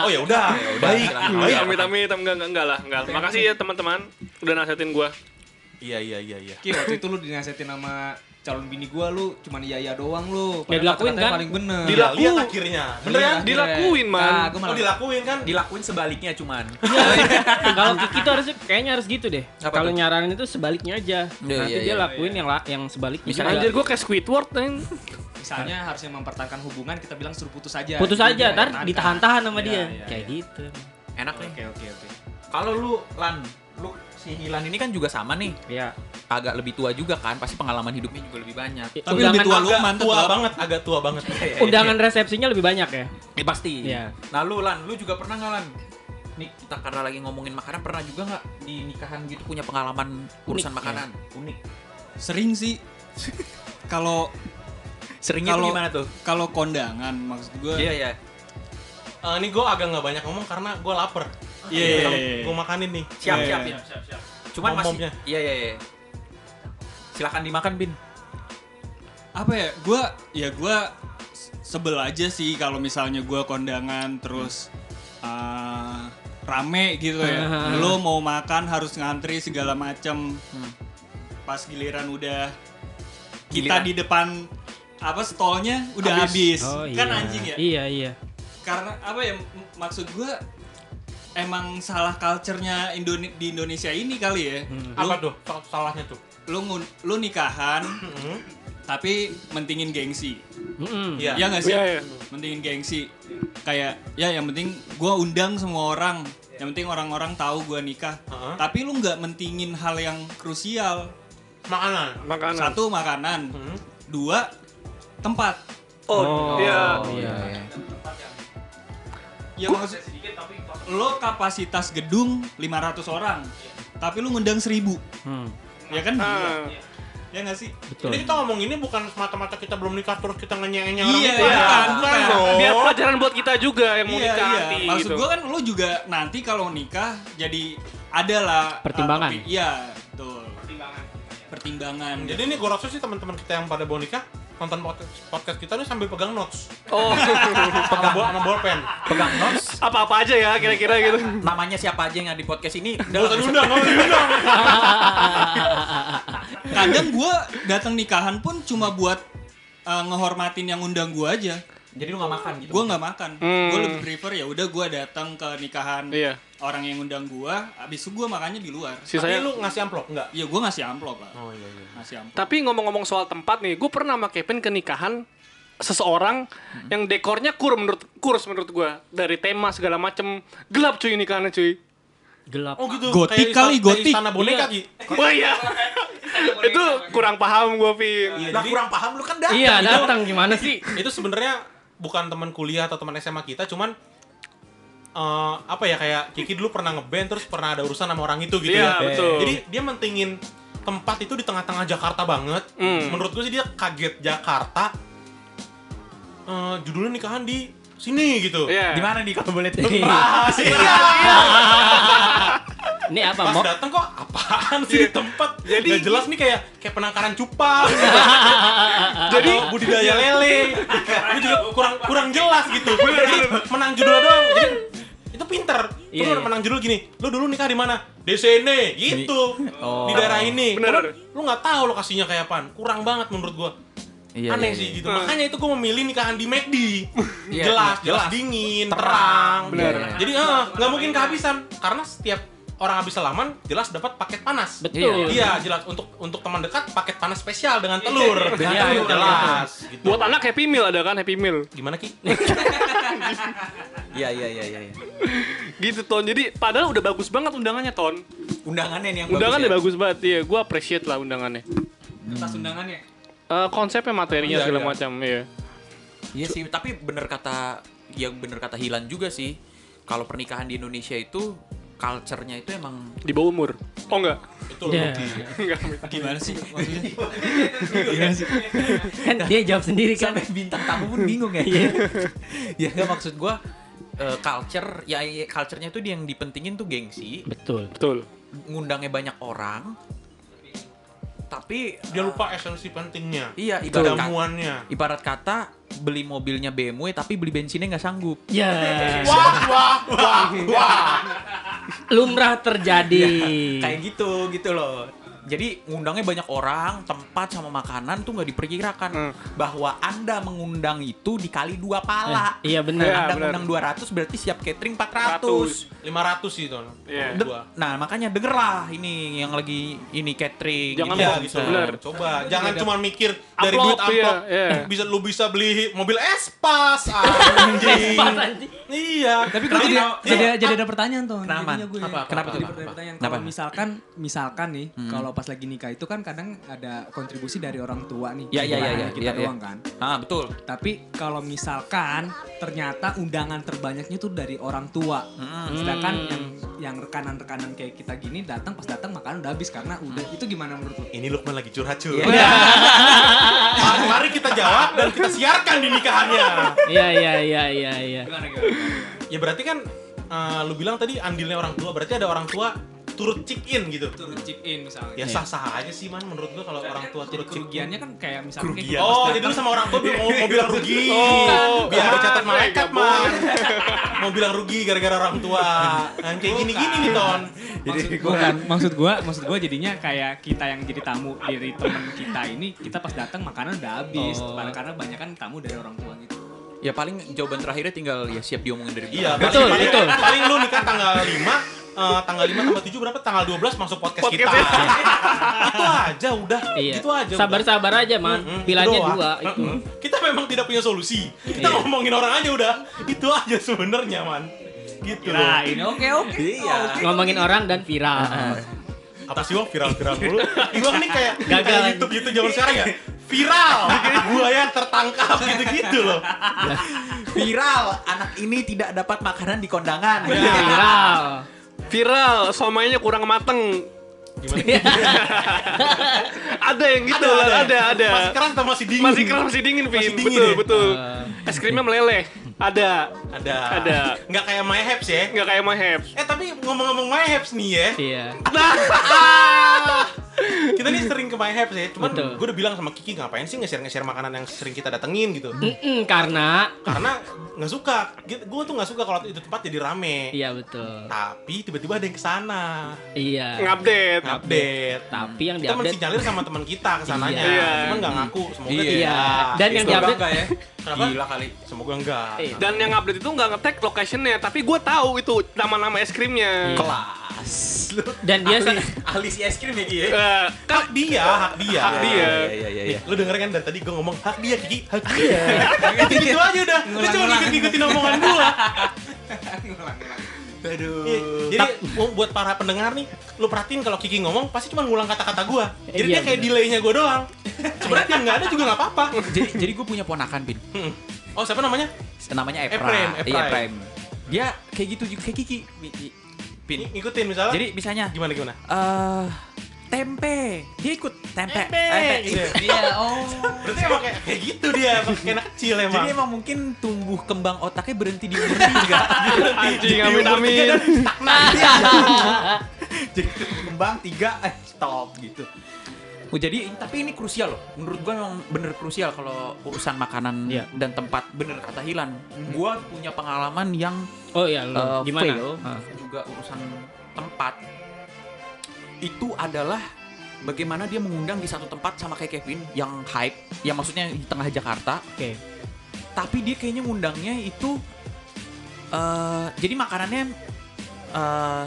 oh ya udah baik
Amit
baik
amit amit enggak iya, enggak enggak lah, enggak. Makasih ya teman-teman udah nasehatin gua.
iya iya iya iya
Ki waktu itu lu dinasetin sama calon bini gua lu cuman iya iya doang lu.
Ya,
Padahal
dilakuin,
kata-katanya
kan?
paling bener.
Iya,
Dilaku-
lihat akhirnya bener
Iya,
kan
akhirnya.
Dilakuin, Man.
Nah, gua
Oh
malah
dilakuin kan?
Dilakuin sebaliknya cuman.
Kalau Kiki tuh harusnya kayaknya harus gitu deh.
Apa
Kalau
tuh?
nyaranin itu sebaliknya aja.
Iya,
Nanti
iya, iya.
dia lakuin yang la- yang sebaliknya.
Misalnya
juga.
Anjir gua kayak Squidward nih.
misalnya harusnya mempertahankan hubungan kita bilang suruh putus aja.
putus
Jadi dia
aja, ntar
pertahankan.
ditahan-tahan sama
Iya,
dia.
iya,
Kayak
iya.
gitu.
Enak nih.
nah." Oke oke oke.
Kalau lu Lan, lu si Hilan ini kan juga sama nih,
Iya.
agak lebih tua juga kan, pasti pengalaman hidupnya juga lebih banyak.
Tapi
Undangan-
lebih tua
agak
Lukman
tua
tua banget, agak tua banget.
Undangan resepsinya lebih banyak ya.
Ya pasti.
Iya.
Nah lu Lan, lu juga pernah nggak Lan? Nih kita karena lagi ngomongin makanan, pernah juga nggak di nikahan gitu punya pengalaman urusan
Unik,
makanan? Unik.
Sering sih. Kalau
Seringnya
Kalau-
tuh gimana tuh?
kalau kondangan maksud gue.
Iya iya.
Eh, ini gue agak nggak banyak ngomong karena gue lapar.
Iya.
Gue makanin nih.
Siap
Iya.
siap siap siap. siap. Cuman masih.
Mom-momnya.
Iya iya iya. Silakan dimakan Bin.
apa ya gue ya gue sebel aja sih kalau misalnya gue kondangan terus ah, rame gitu ya
Hmm.
lo mau makan harus ngantri segala macem
Hmm.
pas giliran udah
Giliran.
kita di depan apa stolnya udah habis,
Oh,
kan anjing ya
Iya, iya.
karena apa ya m- maksud gue emang salah culture-nya Indone- di Indonesia ini kali ya
Hmm.
Apa tuh? Sal- Salahnya tuh.
lo lo nikahan
Hmm.
tapi mentingin gengsi
Mm-mm.
Iya.
Iya nggak sih?
Iya, iya.
Mendingin gengsi. Kayak ya yang penting gua undang semua orang. Yang penting orang-orang tahu gua nikah.
Heeh.
Tapi lu nggak mentingin hal yang krusial.
Makanan.
Makanan.
Satu makanan,
Hmm.
dua tempat.
Oh, iya.
iya.
Ya maksud lo kapasitas gedung 500 orang. tapi lu ngundang seribu
Hmm.
ya kan
Nah,
Ah.
gila ya nggak sih
Betul.
Jadi kita ngomong ini bukan semata-mata kita belum nikah terus kita ngenyeng-nyeng orang nikah.
Iya, iya,
bukan,
bukan, bukan.
dong.
Biar pelajaran buat kita juga yang mau
Iya,
nikah
iya.
nanti
maksud
gitu.
gua kan lu juga nanti kalau nikah jadi adalah
Pertimbangan.
uh, tapi- iya betul pertimbangan
Jadi ini gue rasa sih teman-teman kita yang pada mau nikah nonton podcast, podcast kita nih sambil pegang notes.
Oh,
Pegang bola sama bolpen.
Pegang notes,
apa-apa aja ya kira-kira gitu.
namanya siapa aja yang ada di podcast ini.
Gak usah diundang, gak usah diundang.
kadang gua datang nikahan pun cuma buat uh, ngehormatin yang undang gua aja
Jadi lu gak makan gitu.
gua nggak makan
Hmm.
gua lebih prefer ya udah gua datang ke nikahan
Iya.
orang yang undang gua abis itu gua makannya di luar
Tapi
Sisanya
lu ngasih amplop enggak?
Iya, gue ngasih amplop lah.
Oh iya iya.
Ngasih amplop.
Tapi ngomong-ngomong soal tempat nih, gue pernah sama Kevin ke nikahan seseorang yang dekornya kur menurut kurs menurut gue dari tema segala macem gelap cuy nikahannya cuy.
Gelap.
Oh gitu. kayak
Gotik kali,
istana- kayak
gotik.
Istana boneka
Iya.
Ki.
Wah iya, itu kurang paham gue Vin.
Iya,
Lah kurang paham lu kan dah.
Iya, datang gimana sih?
Itu sebenarnya bukan teman kuliah atau teman SMA kita, cuman eh, apa ya kayak Kiki dulu pernah ngeband terus pernah ada urusan sama orang itu gitu
Iya,
ya.
betul.
Jadi dia mentingin tempat itu di tengah-tengah Jakarta banget.
Hmm.
Menurut gue sih dia kaget Jakarta. Eh, judulnya nikahan di sini gitu.
Iya.
Di mana nih kalau boleh tahu?
Iya. Ini apa,
Pas
Mok?
dateng kok apaan sih di tempat?
Iya. Jadi-
Nggak jelas nih kayak kayak penangkaran cupang.
Jadi
Atau budidaya lele. Ini juga kurang kurang jelas gitu. Jadi menang judul doang. Jadi, itu pinter. Terus
Iya,
lu
iya.
menang judul gini, lu dulu nikah di mana? Di sini, gitu.
Oh.
Di daerah ini.
Bener.
Cuman Lu nggak tahu lokasinya kayak apaan. Kurang banget menurut gua.
Iya,
Aneh
iya,
sih
iya.
gitu. Makanya itu gua memilih nikahan di McD.
Iya,
jelas,
iya, jelas.
jelas dingin,
Terang. Iya,
terang.
Bener.
Jadi eh, nggak mungkin kehabisan karena setiap orang habis selaman jelas dapat paket panas.
Betul.
Iya, jelas untuk untuk teman dekat paket panas spesial dengan telur. Dengan
Iya,
telur
iya.
jelas. Gitu.
buat anak Happy Meal ada kan Happy Meal.
Gimana Ki?
Iya iya iya iya. iya.
Gitu Ton. Jadi padahal udah bagus banget undangannya Ton.
Undangannya nih yang
Undangannya
bagus.
bagus banget ya. Gue appreciate lah undangannya.
Kertas undangannya.
Eh, konsepnya materinya
Iya,
segala
iya.
macam ya.
Iya sih, tapi bener kata yang bener kata Hilan juga sih. Kalau pernikahan di Indonesia itu culture-nya itu emang
Di bawah umur. Oh enggak.
Betul.
Iya.
Enggak.
Gimana sih? maksudnya?
Kan dia jawab sendiri kan.
sampai bintang tamu pun bingung ya. ya nggak, maksud gua eh, culture ya ya, culture-nya itu yang dipentingin tuh gengsi,
Betul.
Betul.
ngundangnya banyak orang. Tapi eh,
Dia lupa esensi pentingnya.
Iya, ibarat kata,
Kedamuannya.
ibarat kata beli mobilnya BMW tapi beli bensinnya nggak sanggup.
Ya,
Iya.
Wah, wah, wah, wah.
lumrah terjadi.
Kayak gitu gitu loh. Jadi ngundangnya banyak orang, tempat sama makanan tuh nggak diperkirakan
Hmm.
bahwa anda mengundang itu dikali dua pala.
Eh, iya, benar.
Anda
Iya, benar.
ngundang 200 berarti siap catering 400.
100.
500 sih itu.
Iya.
Dek- Nah makanya dengerlah ini yang lagi ini catering.
Jangan
Iya,
Iya,
gitu.
bener.
Coba jangan cuma mikir dari
Iya. Amplop,
duit amplop.
iya, iya.
Bisa lu bisa beli mobil Espas anjing.
Pas nanti.
Iya.
Tapi gue jadi, Iya. jadi, jadi ada pertanyaan tuh.
Kenapa?
jadinya gue. ya.
Apa, apa, Kenapa?
Jadi
apa, apa,
ada
apa?
pertanyaan.
Kenapa?
Kalau misalkan, misalkan nih, kalau pas lagi nikah itu kan kadang ada kontribusi dari orang tua nih.
Ya, ya, ya,
Bukan
ya,
Kita
ya, ya.
doang kan.
Ah betul.
Tapi kalau misalkan ternyata undangan terbanyaknya tuh dari orang tua. Sedangkan yang yang rekanan-rekanan kayak kita gini datang pas datang makanan udah habis karena udah itu gimana menurut lu?
Ini Lukman lagi curhat cuy.
Iya.
Mari, mari kita jawab dan kita siarkan di nikahannya.
Iya, iya, iya, iya, iya.
Ya berarti kan eh, lu bilang tadi andilnya orang tua, berarti ada orang tua turut check in gitu.
Turun chip in misalnya.
Ya sah-sah aja sih man menurut gua kalau orang tua
Jadi
turut check in.
kerugiannya kan kayak gitu. misalnya
Iya, Oh, jadi lu sama orang tua bilang- mau, mau bilang rugi.
Oh,
biar
ah,
dicatat malaikat,
nggak
Man. mau bilang rugi gara-gara orang tua. Nah, kayak gini-gini nih, Ton.
maksud gua maksud gua maksud gua jadinya kayak kita yang jadi tamu dari teman kita ini kita pas datang makanan udah habis
Oh.
Padahal karena banyak kan tamu dari orang tua gitu
Ya paling jawaban terakhirnya tinggal ya siap diomongin dari
Iya,
belakang.
Betul,
paling,
betul.
Paling lu nikah tanggal 5, eh, tanggal 5 tambah 7 berapa? Tanggal 12 masuk podcast,
Podcast
kita.
ya.
itu aja udah,
Iya.
itu Gitu aja. udah.
Sabar-sabar aja,
Mm-mm,
Man.
itu
Pilihannya
doang.
dua itu.
Mm-mm. Kita memang tidak punya solusi. Kita
Iya.
ngomongin orang aja udah. Itu aja sebenarnya, Man. Gitu.
nah ini oke oke
Iya.
Ngomongin orang dan viral.
apa sih Wong viral-viral dulu? Iwang nih kayak
Gagal.
kayak YouTube gitu zaman sekarang ya. Viral, buaya tertangkap gitu-gitu loh.
Iya.
Viral, anak ini tidak dapat makanan di kondangan.
Viral.
Viral, somainya kurang mateng.
Iya.
ada yang gitu lah, ada, ada.
Masih keras atau masih dingin?
Masih keras, masih dingin, Vin.
Masih dingin
betul,
ya?
betul. Es krimnya meleleh. Ada.
Ada.
Ada.
Nggak kayak My Haps ya.
Nggak kayak Mahep.
Eh tapi ngomong-ngomong My Haps nih ya.
Iya.
Kita nih sering ke My Haps ya. Cuman
Betul.
gue udah bilang sama Kiki ngapain sih nge-share-nge-share makanan yang sering kita datengin gitu.
Mm-mm, karena
Karena nggak suka. Gue tuh nggak suka kalau itu tempat jadi rame.
iya betul.
Tapi tiba-tiba ada yang kesana.
Iya.
Ngupdate.
Update.
Tapi yang
Kita ya. mesti
diupdate
nyalir sama teman kita kesananya.
Iya.
Cuman nggak ngaku. Semoga
Iya.
tidak.
Dan yang
Semoga
diupdate
enggak ya.
Kenapa?
Gila kali.
Semoga enggak.
Eh,
Dan yang update itu nggak nge-tag locationnya, tapi gue tahu itu nama-nama es krimnya.
Kelas. Lu
Iya. dan dia
ahli, ahli si es krim ya Ki ya?
Eh, kan
Hak dia, hak dia.
Hak dia.
Iya, iya,
Nih,
iya.
lu denger kan dari tadi gue ngomong hak dia, Kiki, hak dia. gitu, gitu aja udah. Lu cuma ngikut-ngikutin omongan gua.
Aduh.
Iya, Jadi mau buat para pendengar nih, lu perhatiin kalau Kiki ngomong pasti cuma ngulang kata-kata gua. Jadi
Iya,
dia kayak
bener.
delay-nya gua doang. Sebenarnya yang nggak ada juga nggak apa-apa.
jadi, jadi gue punya ponakan, Bin.
Hmm. Oh, siapa namanya?
Namanya Epra.
Ephraim,
Iya,
Ephraim.
Ephraim. Dia kayak gitu juga, kayak Kiki. Mi- i- Bin.
Ng- Ngikutin misalnya.
Jadi misalnya,
gimana gimana?
eh tempe. Dia ikut tempe.
Tempe.
Gitu.
Iya.
Iya, oh.
Berarti emang kayak, kayak gitu dia, emang kayak anak kecil emang.
Jadi emang mungkin tumbuh kembang otaknya berhenti di gitu. umur tiga.
anjing, amin, amin.
kan
jadi tumbuh kembang tiga, eh stop gitu. Oh, jadi tapi ini krusial loh. Menurut gua memang bener krusial kalau urusan makanan
Iya.
dan tempat bener kata Hilan. Gua punya pengalaman yang
Oh iya, lu
eh,
gimana?
fail
Ah.
juga urusan tempat itu adalah bagaimana dia mengundang di satu tempat sama kayak Kevin yang hype, yang maksudnya di tengah Jakarta,
Oke.
tapi dia kayaknya ngundangnya itu eh jadi makanannya eh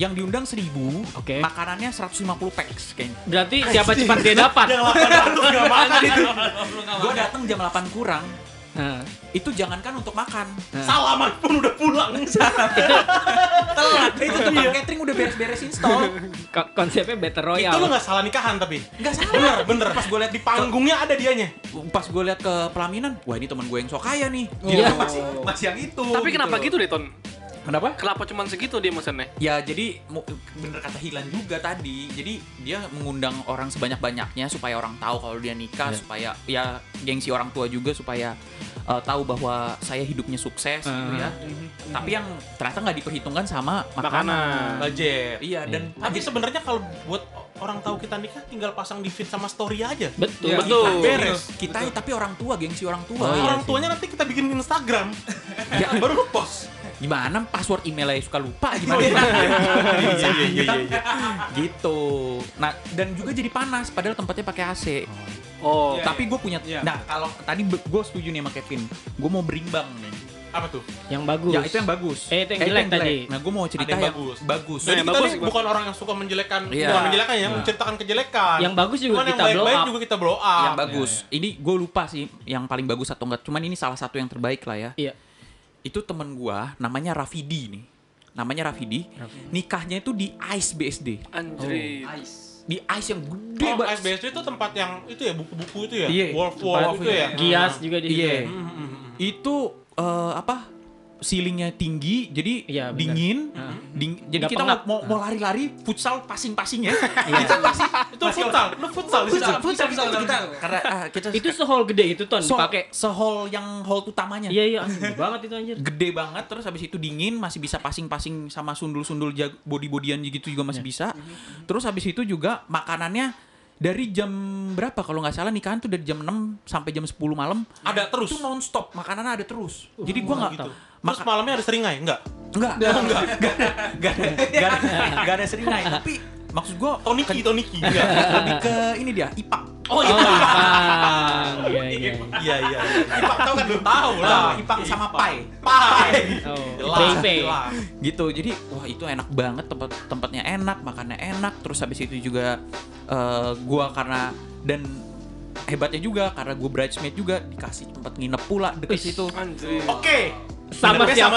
yang diundang 1000
Oke.
makanannya 150 packs kayaknya
Berarti siapa cepat dia dapat.
Yang 800 nggak makan itu.
gue datang jam 8 kurang
Nah,
itu jangankan untuk makan
Salaman pun udah pulang.
telat itu tukang
Iya.
catering udah beres-beres install
ko- konsepnya battle
Itu lu
royale.
gak salah nikahan tapi
nggak salah
Bener, bener Pas gue liat di panggungnya ada dianya
pas gue lihat ke pelaminan wah ini teman gue yang sok kaya nih
Iya.
masih masih yang itu
Tapi kenapa gitu deh, Ton?
kenapa
Kenapa cuman segitu dia mesennya?
Ya jadi mu- bener kata Hilan juga tadi. Jadi dia mengundang orang sebanyak-banyaknya supaya orang tahu kalau dia nikah, supaya ya gengsi orang tua juga supaya uh, tahu bahwa saya hidupnya sukses gitu ya. Tapi yang ternyata nggak diperhitungkan sama makanan.
Makanan.
Budget
Iya dan
Nah. Tapi sebenarnya kalau buat orang tahu kita nikah tinggal pasang di feed sama story aja
Betul.
Iya.
Betul.
Beres
kan kita tapi orang tua gengsi orang tua.
Oh, iya
Orang
sih.
tuanya nanti kita bikin Instagram
Ya,
Baru lu post
gimana password email aja suka lupa gimana?
Iya iya iya iya
gitu. Nah, dan juga jadi panas padahal tempatnya pakai AC.
Oh.
Iya.
Tapi gue punya,
Iya.
nah kalau tadi gue setuju nih sama Kevin, gue mau berimbang nih.
Apa tuh?
Yang bagus.
Ya itu yang bagus.
Eh, itu yang jelek tadi.
Nah gue mau cerita
Ada
yang,
yang
bagus.
bagus.
Nah,
Jadi
yang
kita
bagus,
nih
Bang.
bukan orang yang suka menjelekan
Iya.
Bukan menjelekan ya,
Iya.
menceritakan kejelekan
Yang bagus juga
Cuman yang
kita blow
baik-baik
up.
juga kita blow up
Yang bagus. Ini gue lupa sih yang paling bagus atau enggak. Cuman ini salah satu yang terbaik lah ya.
Iya.
Itu temen gue namanya Rafidi nih. Namanya Rafidi. Nikahnya itu di ICE BSD.
Anjir.
Di ICE yang gede
Oh,
banget.
SBSD itu tempat yang itu ya buku-buku itu ya,
Iya.
Wolf
Tempat
Wolf itu ya.
Gias juga di situ.
Iya.
ya?
Itu eh, apa? Ceilingnya tinggi, jadi
Iya, benar.
dingin. Ding- jadi
Nggak
kita
pengap.
mau mau lari-lari futsal passing-passing ya.
Itu masih itu futsal, lu futsal di situ.
futsal, futsal, futsal, kita karena ah, kita
Itu sehol gede itu ton
So-
dipakai.
sehall yang hall utamanya.
Iya iya anjing banget itu anjir.
Gede banget terus habis itu dingin masih bisa passing-passing sama sundul-sundul jag- body-bodyan gitu juga masih bisa. Terus habis itu juga makanannya dari jam berapa kalau nggak salah nikahan tuh dari jam 6 sampai jam 10 malam
Ada terus.
itu nonstop makanannya ada terus jadi gua nggak
gitu. Terus
maka
malamnya ada seringai? Enggak.
nggak nggak nggak nggak ada nggak ada nggak ada seringai tapi maksud gua ke-
Toniki, Toniki. Enggak.
lebih ke ini dia ipang
Oh,
Oh iya.
Jepang. Iya iya.
Iya iya. Ipak tahu kan belum tahu lah.
Nah, ipang sama pai
Pai.
Oh,
Jelas,
IP.
jelas.
gitu jadi wah itu enak banget tempat tempatnya enak makannya enak terus habis itu juga eh, gua karena dan hebatnya juga karena gue bridesmaid juga dikasih tempat nginep pula deket
Wih.
situ
Anjir.
Oke.
Sama
Tapi
siapa?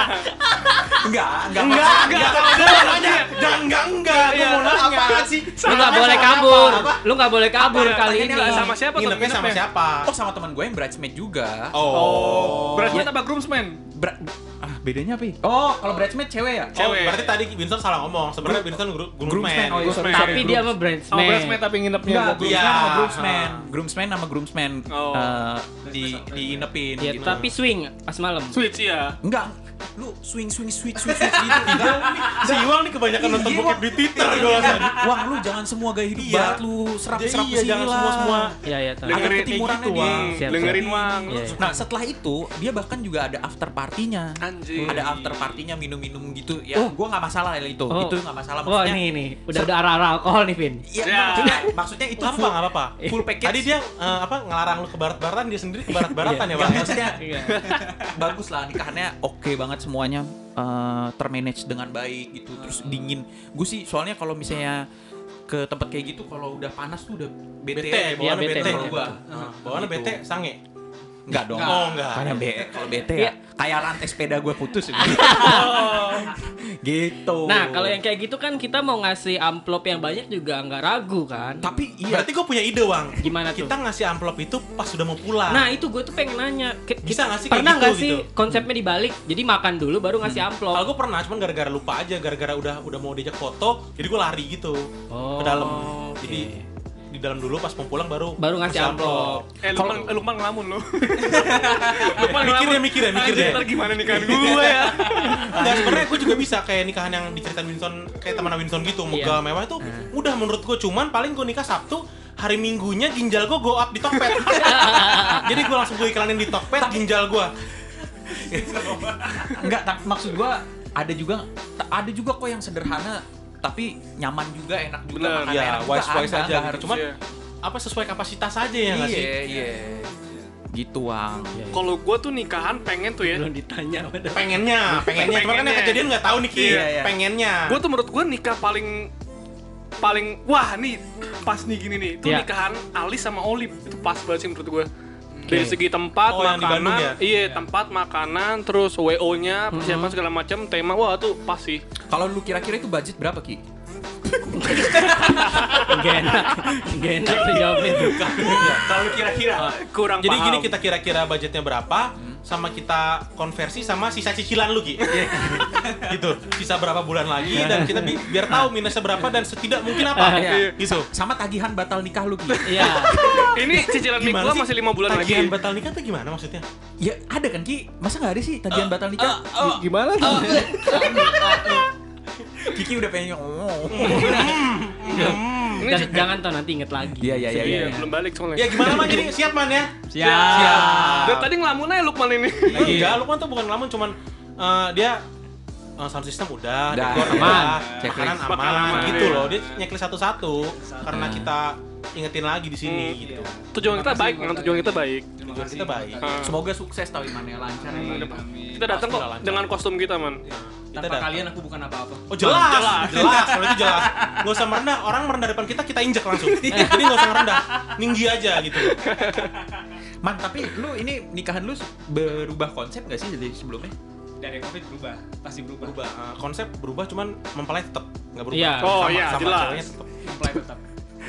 enggak enggak
Enggak, enggak. Enggak, enggak. Jangan enggak, enggak. Gua mau nanya. Apa sih?
Lu nggak boleh kabur. Lu nggak boleh kabur
Apa?
kali
Tanya
ini.
dia
ya? Sama siapa, Ton?
Nginepnya sama
Nginepnya.
siapa?
oh sama teman gue yang bridesmaid juga
Oh.
Berarti apa groomsman?
Bra- Ah, bedanya apa ya? Oh, kalau bridesmaid cewek ya?
Oh,
Cewek.
berarti tadi Winston salah ngomong. Sebenarnya Winston gro- groomsman.
Oh, iya, sorry,
Groomsman.
sorry.
Tapi dia sama
Oh, bridesmaid
bridesmaid.
tapi nginepnya.
Enggak,
Gua-
groomsman sama
Iya.
groomsman. Groomsman sama groomsman
Oh.
eh, di diinepin
Iya,
Ya,
gitu.
tapi swing pas malam.
Switch ya.
Enggak, lu swing swing switch switch switch gitu. Enggak.
Si Iwang nih kebanyakan nonton
Iya,
bokep
Wang.
di Twitter gue rasanya.
Wah, lu jangan semua gaya hidup
Iya.
banget lu serap-serap
Iya,
kesini
jangan
lah.
semua-semua.
Ya ya tahu.
Agak
Dengerin
ketimurannya
kayak gitu,
dia.
Wang.
Siap,
Dengerin
siap.
Wang.
Iya, iya.
Nah, setelah itu dia bahkan juga ada after partinya.
Anjing.
Ada after partinya minum-minum gitu. Ya, gua nggak masalah ya itu.
Oh.
Itu nggak masalah
Oh,
maksudnya.
nih nih, udah ada arah-arah alkohol nih, Vin.
Iya,
Ya.
maksudnya, maksudnya itu
Gak apa-apa,
full,
gak apa-apa.
full package.
Iya. Tadi dia eh, apa ngelarang lu ke barat-baratan, dia sendiri ke barat-baratan ya,
Nggak,
Bang.
maksudnya
Iya.
bagus lah nikahannya oke banget semuanya eh, termanage dengan baik gitu terus dingin gue sih soalnya kalau misalnya ke tempat kayak gitu kalau udah panas tuh udah bete, Iya.
Bete, bawaannya
bete,
bete.
kalau gua
Heeh, Bawaannya bete, sange.
nggak dong
Oh, enggak.
karena be kalau bete
Iya.
ya kayak rantai sepeda gue putus gitu. gitu
Nah, kalau yang kayak gitu kan kita mau ngasih amplop yang banyak juga nggak ragu kan.
tapi iya
Berarti gue punya ide, Wang.
Gimana tuh?
Kita ngasih amplop itu pas sudah mau pulang.
Nah, itu gue tuh pengen nanya. Ke- kita-
Bisa nggak sih kayak
Pernah
gitu,
nggak sih
gitu?
konsepnya dibalik? Jadi makan dulu baru ngasih amplop.
Kalau gue pernah, cuman gara-gara lupa aja, gara-gara udah udah mau diajak foto, jadi gue lari gitu
Oh,
ke dalam.
oke.
Jadi di dalam dulu pas mau pulang baru
Baru ngasih amplop.
Eh, Lukman, eh, Lukman ngelamun lu. Lukman
Mikir
ngelamun.
deh, mikir deh, mikir
Anjing,
deh.
ntar gimana nikahan gue ya?
Enggak, sebenarnya gue juga bisa kayak nikahan yang diceritain Winston kayak teman Winston
Iya.
gitu, megah mewah itu
Nah.
mudah menurut gue cuman paling gue nikah Sabtu hari Minggunya ginjal gue go up di Tokped. Jadi gue langsung gue iklanin di Tokped ginjal gue.
Enggak, tapi maksud gua ada juga ta- ada juga kok yang sederhana tapi nyaman juga, enak juga,
Bener,
makanan
ya,
enak juga
wise-wise
ada,
aja
nggak
gitu.
harus-
Cuman
Iya.
apa sesuai kapasitas aja ya nggak sih?
Iya, iya. Gitu, Wang.
Kalau gue tuh nikahan pengen tuh ya.
belum ditanya padahal.
Pengennya, pengennya. Cuman kan yang
Pengennya.
kejadian nggak tahu nih Ki.
Iya, iya.
Pengennya.
Gue tuh menurut gue nikah paling paling wah nih pas nih gini nih itu
Iya.
nikahan Alis sama Olip itu pas banget sih menurut gue dari segi tempat
Oh, yang di
makanan
Bandung ya?
iya tempat makanan terus wo nya persiapan segala macam tema wah tuh pas sih
Kalau lu kira-kira itu budget berapa, Ki?
Nggak enak. Nggak enak dijawabin.
Kalau kira-kira.
kurang
Jadi
paham.
gini kita kira-kira budgetnya berapa,
Hmm.
sama kita konversi sama sisa cicilan lu Ki.
Iya.
gitu. Sisa berapa bulan lagi dan kita bi- biar tahu minusnya berapa dan setidak mungkin apa.
Iya.
Gitu.
Sama tagihan batal nikah lu, Ki.
Iya.
ini cicilan nih gue masih lima bulan lagi
Tagihan Iya, batal nikah tuh gimana maksudnya?
ya, ada kan, Ki? Masa nggak ada sih tagihan batal nikah?
Gimana
Kiki udah pengen ngomong.
ini
Jangan, jangan tau nanti inget lagi.
Iya, iya, iya,
iya,
iya.
belum balik soalnya
Ya gimana man jadi siap man ya?
Dari tadi ngelamun aja Lukman ini
Enggak, lu kan tuh bukan ngelamun cuman eh, dia eh, sound system udah,
Udah,
dekor
aman.
udah,
Checklist.
makanan aman,
Makanan aman,
gitu
iya.
loh. Dia nyeklis satu-satu karena kita ingetin lagi di sini
Hmm,
gitu.
iya. tujuan kita baik man, tujuan kita baik
Terima
Tujuan kita baik.
Hmm.
Semoga sukses tau imannya lancar.
Amin,
Iman.
amin.
kita datang kok
Pasti lancar.
dengan kostum kita man
Kita
Tanpa
datang.
kalian aku bukan apa-apa.
Oh jelas,
Jelas.
jelas, kalau itu jelas. Gak usah merendah, orang merendah depan kita, kita injek langsung. Jadi gak usah merendah, ninggi aja gitu.
Man, tapi lu ini nikahan lu berubah konsep gak sih dari sebelumnya?
Dari covid berubah, pasti berubah.
Berubah, eh, konsep berubah cuman mempelai tetap nggak berubah.
Iya.
Oh, iya, jelas.
ceweknya tetap.
Mempelai tetap.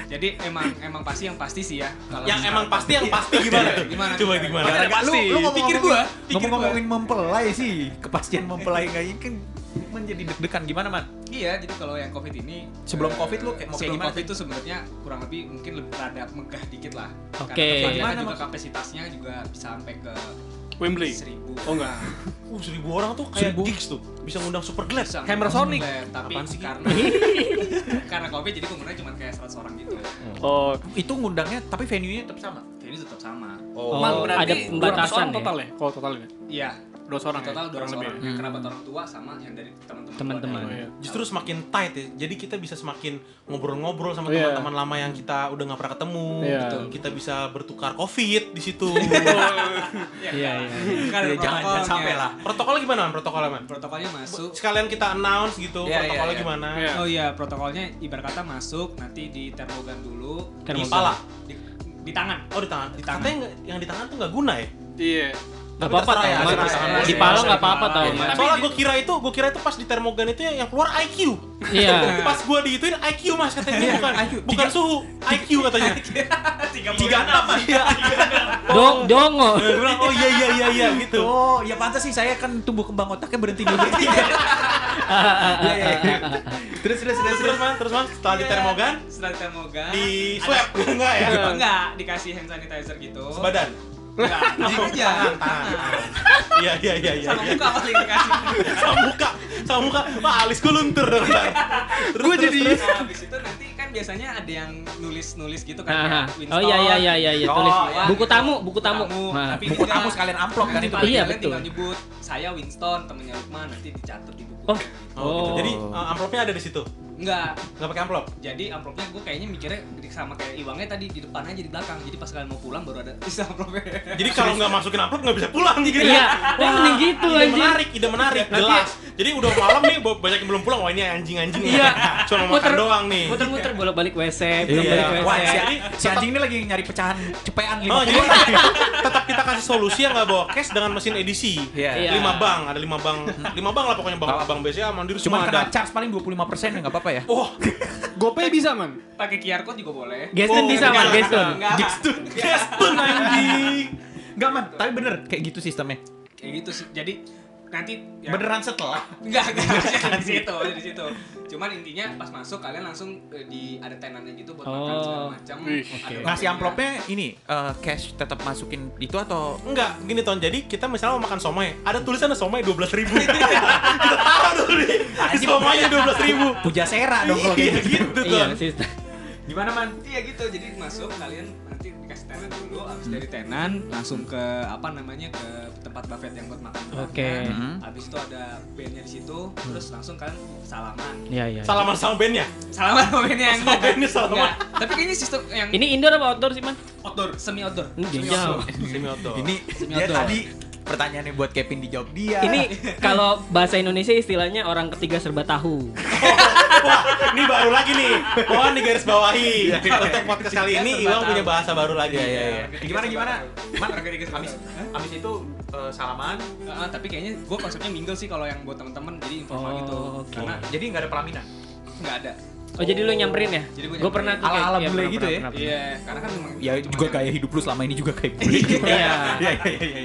Jadi emang emang pasti yang pasti sih ya. Kalau
Yang
sekarang.
emang pasti, yang pasti gimana? tuh?
Gimana?
Coba itu gimana?
Makanya pasti.
pikir gua, pikir ngomongin mempelai sih, kepastian mempelai kayaknya kan menjadi deg-degan gimana man?
Iya, jadi kalau yang covid ini
Sebelum
eh,
Covid lu kayak- mau kayak
sebelum
gimana
covid
sih?
itu sebenarnya kurang lebih mungkin lebih rada megah dikit lah.
Oke.
Karena
Gimana
gimana juga
maksud-
kapasitasnya juga bisa sampai ke
Wembley
seribu. eh,
Oh, enggak.
Uh, seribu orang tuh kayak
Seribu.
gigs tuh, bisa ngundang super glass.
Bisa
Hammer Sonic.
Eh, tapi
Apaan sih?
karena karena covid jadi umurnya cuma kayak 100 orang gitu.
oh
Itu ngundangnya tapi venue-nya tetap sama.
Jadi tetap sama.
Oh,
Man,
Iya.
berarti
ada
200
pembatasan
orang
ya?
total ya? Kalau total ya?
Iya.
200 orang ya?
total
Kurang
200
lebih
orang.
ya?
Yang kerabat orang tua sama yang dari teman-teman.
Hmm. Teman-teman.
keluarga.
Iya.
Justru semakin tight ya, jadi kita bisa semakin ngobrol-ngobrol sama
Iya.
teman-teman lama yang kita udah nggak pernah ketemu.
Iya.
Betul. Kita bisa bertukar covid di situ.
Iya, iya.
Kan ada
Ya, jangan, jangan
protokolnya.
sampai lah.
protokolnya gimana man? Protokolnya man?
Protokolnya masuk.
sekalian kita announce gitu
Iya,
protokolnya
iya, iya.
gimana
Iya.
Oh iya, protokolnya ibarat kata masuk nanti di termogan dulu,
di
Termogan.
pala
di, di tangan.
oh di tangan
Di tangan.
katanya nggak- yang di tangan tuh nggak guna ya
Iya.
Gak apa-apa
terserah
tau.
ya,
Man.
terserah ya.
Di pala gak apa-apa tau.
Iya.
Man.
soalnya gue kira itu gue kira itu pas di termogan itu yang yang keluar IQ
Iya.
pas gue diituin IQ mas katanya
Iya,
bukan
IQ.
bukan suhu IQ katanya
Tiga puluh
tiga enam mas
Dong, dongo.
Gue bilang, oh iya iya iya iya gitu.
Oh, ya pantas sih saya kan tumbuh kembang otaknya berhenti di bertiga. Iya, iya, iya.
Terus terus terus terus man, terus man. Setelah
Iya.
di termogan,
Setelah termogan
di swab
Iya.
enggak ya?
Ada- enggak dikasih hand sanitizer gitu.
Badan.
Enggak, tangan aja.
Iya iya iya iya.
Sama
iya.
muka paling dikasih.
Sama muka, sama muka. Wah alis gue luntur dong.
Gue jadi
Nah, habis itu nanti kan biasanya ada yang nulis-nulis gitu kan
Ah,
kayak
Oh iya iya iya iya iya
Oh,
tulis.
iya,
Buku
gitu.
tamu, buku tamu. Nah,
tapi
Buku
tidak-
tamu sekalian amplop kan
nanti
itu.
paling
Iya,
kalian
betul.
tinggal nyebut saya Winston temennya Lukman nanti dicatat di buku.
Oh.
Oh, gitu.
Oh.
Jadi eh, amplopnya ada di situ.
Enggak,
Enggak pakai amplop.
jadi amplopnya gue kayaknya mikirnya sama kayak Iwangnya tadi di depan aja di belakang. Jadi pas kalian mau pulang baru ada isi amplopnya.
Jadi kalau nggak masukin amplop nggak bisa pulang gitu
Iya,
Wah,
yang mending gitu
ide
anjir.
menarik, ide menarik, jelas. Jadi udah malam nih, bo- banyak yang belum pulang. Wah ini anjing-anjing
Iya.
ya. Cuma mau makan
Muter-
doang nih.
Muter-muter bolak-balik WC,
Iya.
bolak-balik
Wah,
WC.
si, si anjing ini lagi nyari pecahan cepean
Oh,
lima
jadi
puluh.
tetap kita kasih solusi yang nggak bawa cash dengan mesin edisi.
Iya.
Iya.
Lima bank, ada lima bank, lima bank lah pokoknya bank, bank BCA, Mandiri
Cuma
semua
kena
ada.
charge paling 25% ya nggak apa-apa ya.
Oh,
GoPay bisa, Man.
Pakai QR code juga boleh.
Gaston
Oh,
bisa, Man,
enggak.
Gaston.
Enggak.
cash pun anjing.
Enggak man, tapi bener kayak gitu sistemnya.
Kayak gitu sih. Jadi nanti ya-
Beneran setelah.
Enggak, enggak harusnya di situ, harusnya kan di situ. Cuman intinya pas masuk kalian langsung eh, di ada tenannya gitu buat makan
Oh.
segala macam.
Wih,
Ada
Ngasih
menunya.
amplopnya ini eh, cash tetap masukin itu atau
Enggak, gini ton. Jadi kita misalnya mau makan somai, ada tulisannya somai dua belas ribu. kita taruh dulu di, di somainya dua belas ribu.
puja sera dong kalau
Iya
kayak gitu.
gitu
Iya,
ton.
sih.
Gimana man?
Iya gitu, jadi masuk kalian nanti dikasih tenan dulu, habis dari tenan langsung ke apa namanya ke tempat buffet yang buat makan.
Oke. Hmm.
Mhm.
Habis itu ada bandnya di situ, terus langsung kalian salaman.
Iya, iya.
Salaman sama bandnya.
Salaman sama bandnya yang
Sama bandnya salaman.
Enggak. Tapi kayaknya sistem yang
Ini indoor apa outdoor sih, Man?
outdoor, semi outdoor.
Ini
Semi
jauh.
outdoor.
Semi outdoor.
Ini dia tadi pertanyaannya buat Kevin dijawab dia.
Ini kalau bahasa Indonesia istilahnya orang ketiga serba tahu.
Wah, ini baru lagi nih. Pohon di garis bawahi. Untuk Iya. podcast kali ini
Serba
Iwang
tahu.
punya bahasa baru lagi.
Iya, iya, iya.
Orang ketiga
Gimana,
serba
gimana?
tahu. Orang ketiga serba
Abis,
tahu.
abis itu eh, salaman,
Ah, tapi kayaknya gue konsepnya mingle sih kalau yang buat temen-temen jadi informal
Oh,
gitu
oke.
karena
jadi nggak ada pelaminan.
nggak ada
Oh, jadi lu nyamperin ya?
Jadi gua
Gue pernah
nyamperin.
tuh kayak-
Ala-ala
iya,
bule
pernah,
gitu
pernah,
ya?
pernah, pernah.
iya karena kan memang
Ya
cuma
juga
yang-
gaya hidup lu selama ini juga kayak gue.
Iya.
Iya, iya, iya,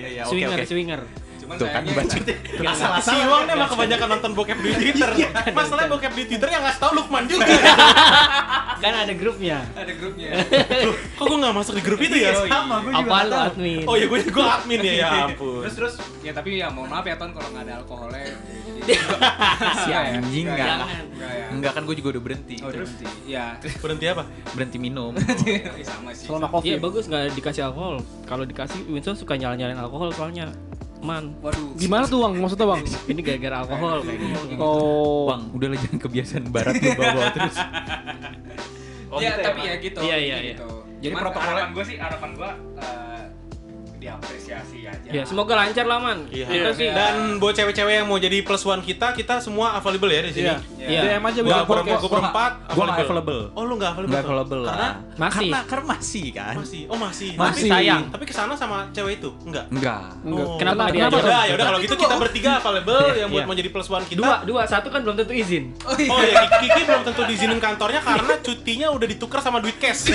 iya, iya. Oke,
Swinger,
oke.
swinger.
cuman
Tuh kan
sayangnya-
bacotnya.
Si Iwang nih emang kebanyakan nonton bokep di Twitter. Masalahnya bokep di Twitter yang ngasih tau Lukman juga.
Kan ada grupnya.
ada grupnya
Loh, kok gue gak masuk di grup itu ya?
Sama gue juga.
Apaan
nggak
lu
tahu.
admin?
Oh iya, gue gue admin ya, ya ampun.
Terus terus
ya tapi ya mohon maaf ya ton kalau nggak ada alkoholnya
si
ya.
anjing
Nggak,
enggak.
nggak ya
Enggak kan gue juga udah berhenti.
Iya. oh
Terus
berhenti ya
Berhenti apa?
berhenti minum.
Ih, sama sih
Iya bagus nggak dikasih alkohol. Kalau dikasih Winston suka nyala nyalain alkohol soalnya man.
waduh
Gimana tuh, Bang? Maksudnya, Bang?
Ini gara-gara alkohol kayak gitu. gini.
Oh.
Bang, udah lah jangan kebiasaan barat lu bawa terus.
Oh,
ya
gitu ya,
tapi
Pak?
ya gitu
Iya, iya, iya.
jadi
Jadi
protokol
protokolnya-
harapan gue sih harapan gue eh, diapresiasi aja
Ya semoga lancar lah man.
Iya.
Kita sih.
Dan buat cewek-cewek yang mau jadi plus one kita, kita semua available ya di sini.
Iya.
Ya.
Iya. Iya.
DM aja
Gua
Bang.
berempat, gue
gua
berempat,
nggak- gua nggak available.
Oh lu nggak available?
Enggak available
Karena
lah.
Masih.
Karena, karena masih kan.
masih. Oh masih.
Masih.
Tapi,
sayang.
tapi kesana sama cewek itu enggak.
Enggak.
Enggak.
Oh.
Kenapa nggak
Ya
diajak?
udah, ya udah kalau gitu kita bertiga available
Iya,
yang buat
iya.
mau jadi plus one kita.
Dua, dua, satu kan belum tentu izin.
oh iya
Oh ya, Kiki belum tentu diizinin kantornya karena cutinya udah ditukar sama duit cash.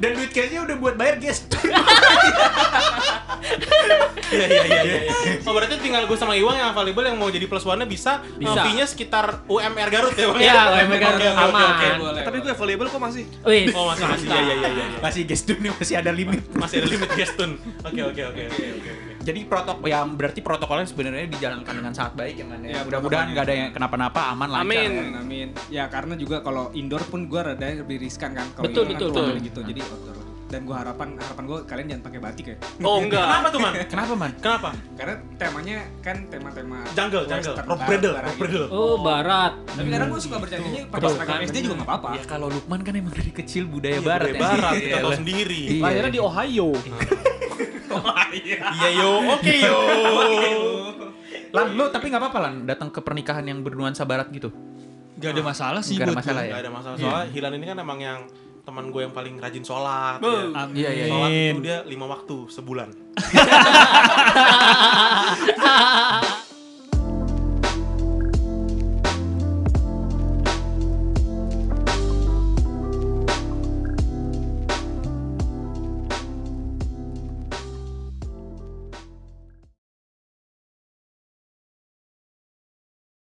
Dan duit cashnya udah buat bayar guys.
Iya iya iya. iya. Oh berarti tinggal gue sama Iwang yang available yang mau jadi plus one-nya bisa.
Bisa.
Nah, fee-nya sekitar UMR Garut ya bang.
Iya, UMR Garut.
Oke, oke, oke, oke.
Aman.
boleh
Tapi gue available kok masih.
Wih.
Oh masih masih. Iya iya iya. iya.
masih guys dunia masih ada limit.
Masih ada limit guest tune. Oke oke oke oke oke. oke.
Jadi protokol ya berarti protokolnya sebenarnya dijalankan dengan sangat baik ya man.
Ya,
Ya, mudah-mudahan nggak ada yang kenapa-napa aman lancar.
Amin.
Amin, amin. Ya karena juga kalau indoor pun gue rada lebih riskan kan kalau
Betul,
indoor
betul,
kan
betul.
gitu. Jadi outdoor. Dan gue harapan harapan gue kalian jangan pakai batik ya.
Oh, enggak.
Kenapa tuh man?
Kenapa man?
Kenapa?
Karena temanya kan tema-tema
Jungle jungle.
western,
Rob
barat,
Bradle.
barat
Rob
gitu.
Bradle.
Oh barat.
Tapi kadang gue suka bercandinya pakai
Betul.
seragam SD juga nggak apa-apa.
Ya kalau Lukman kan emang dari kecil budaya
Iya,
barat.
budaya
ya.
Barat. Kita
Iya,
tahu
lah.
sendiri.
Iya.
Lahirnya di Ohio.
Iya yo, oke yo.
Lan lu tapi nggak apa-apa Lan datang ke pernikahan yang bernuansa barat gitu.
Gak ada masalah sih
Nggak ada
buat
masalah
gua.
ya?
Gak ada masalah soalnya Hilan ini kan emang yang teman gue yang paling rajin sholat. ya.
Iya iya. iya.
Sholat itu dia lima waktu sebulan.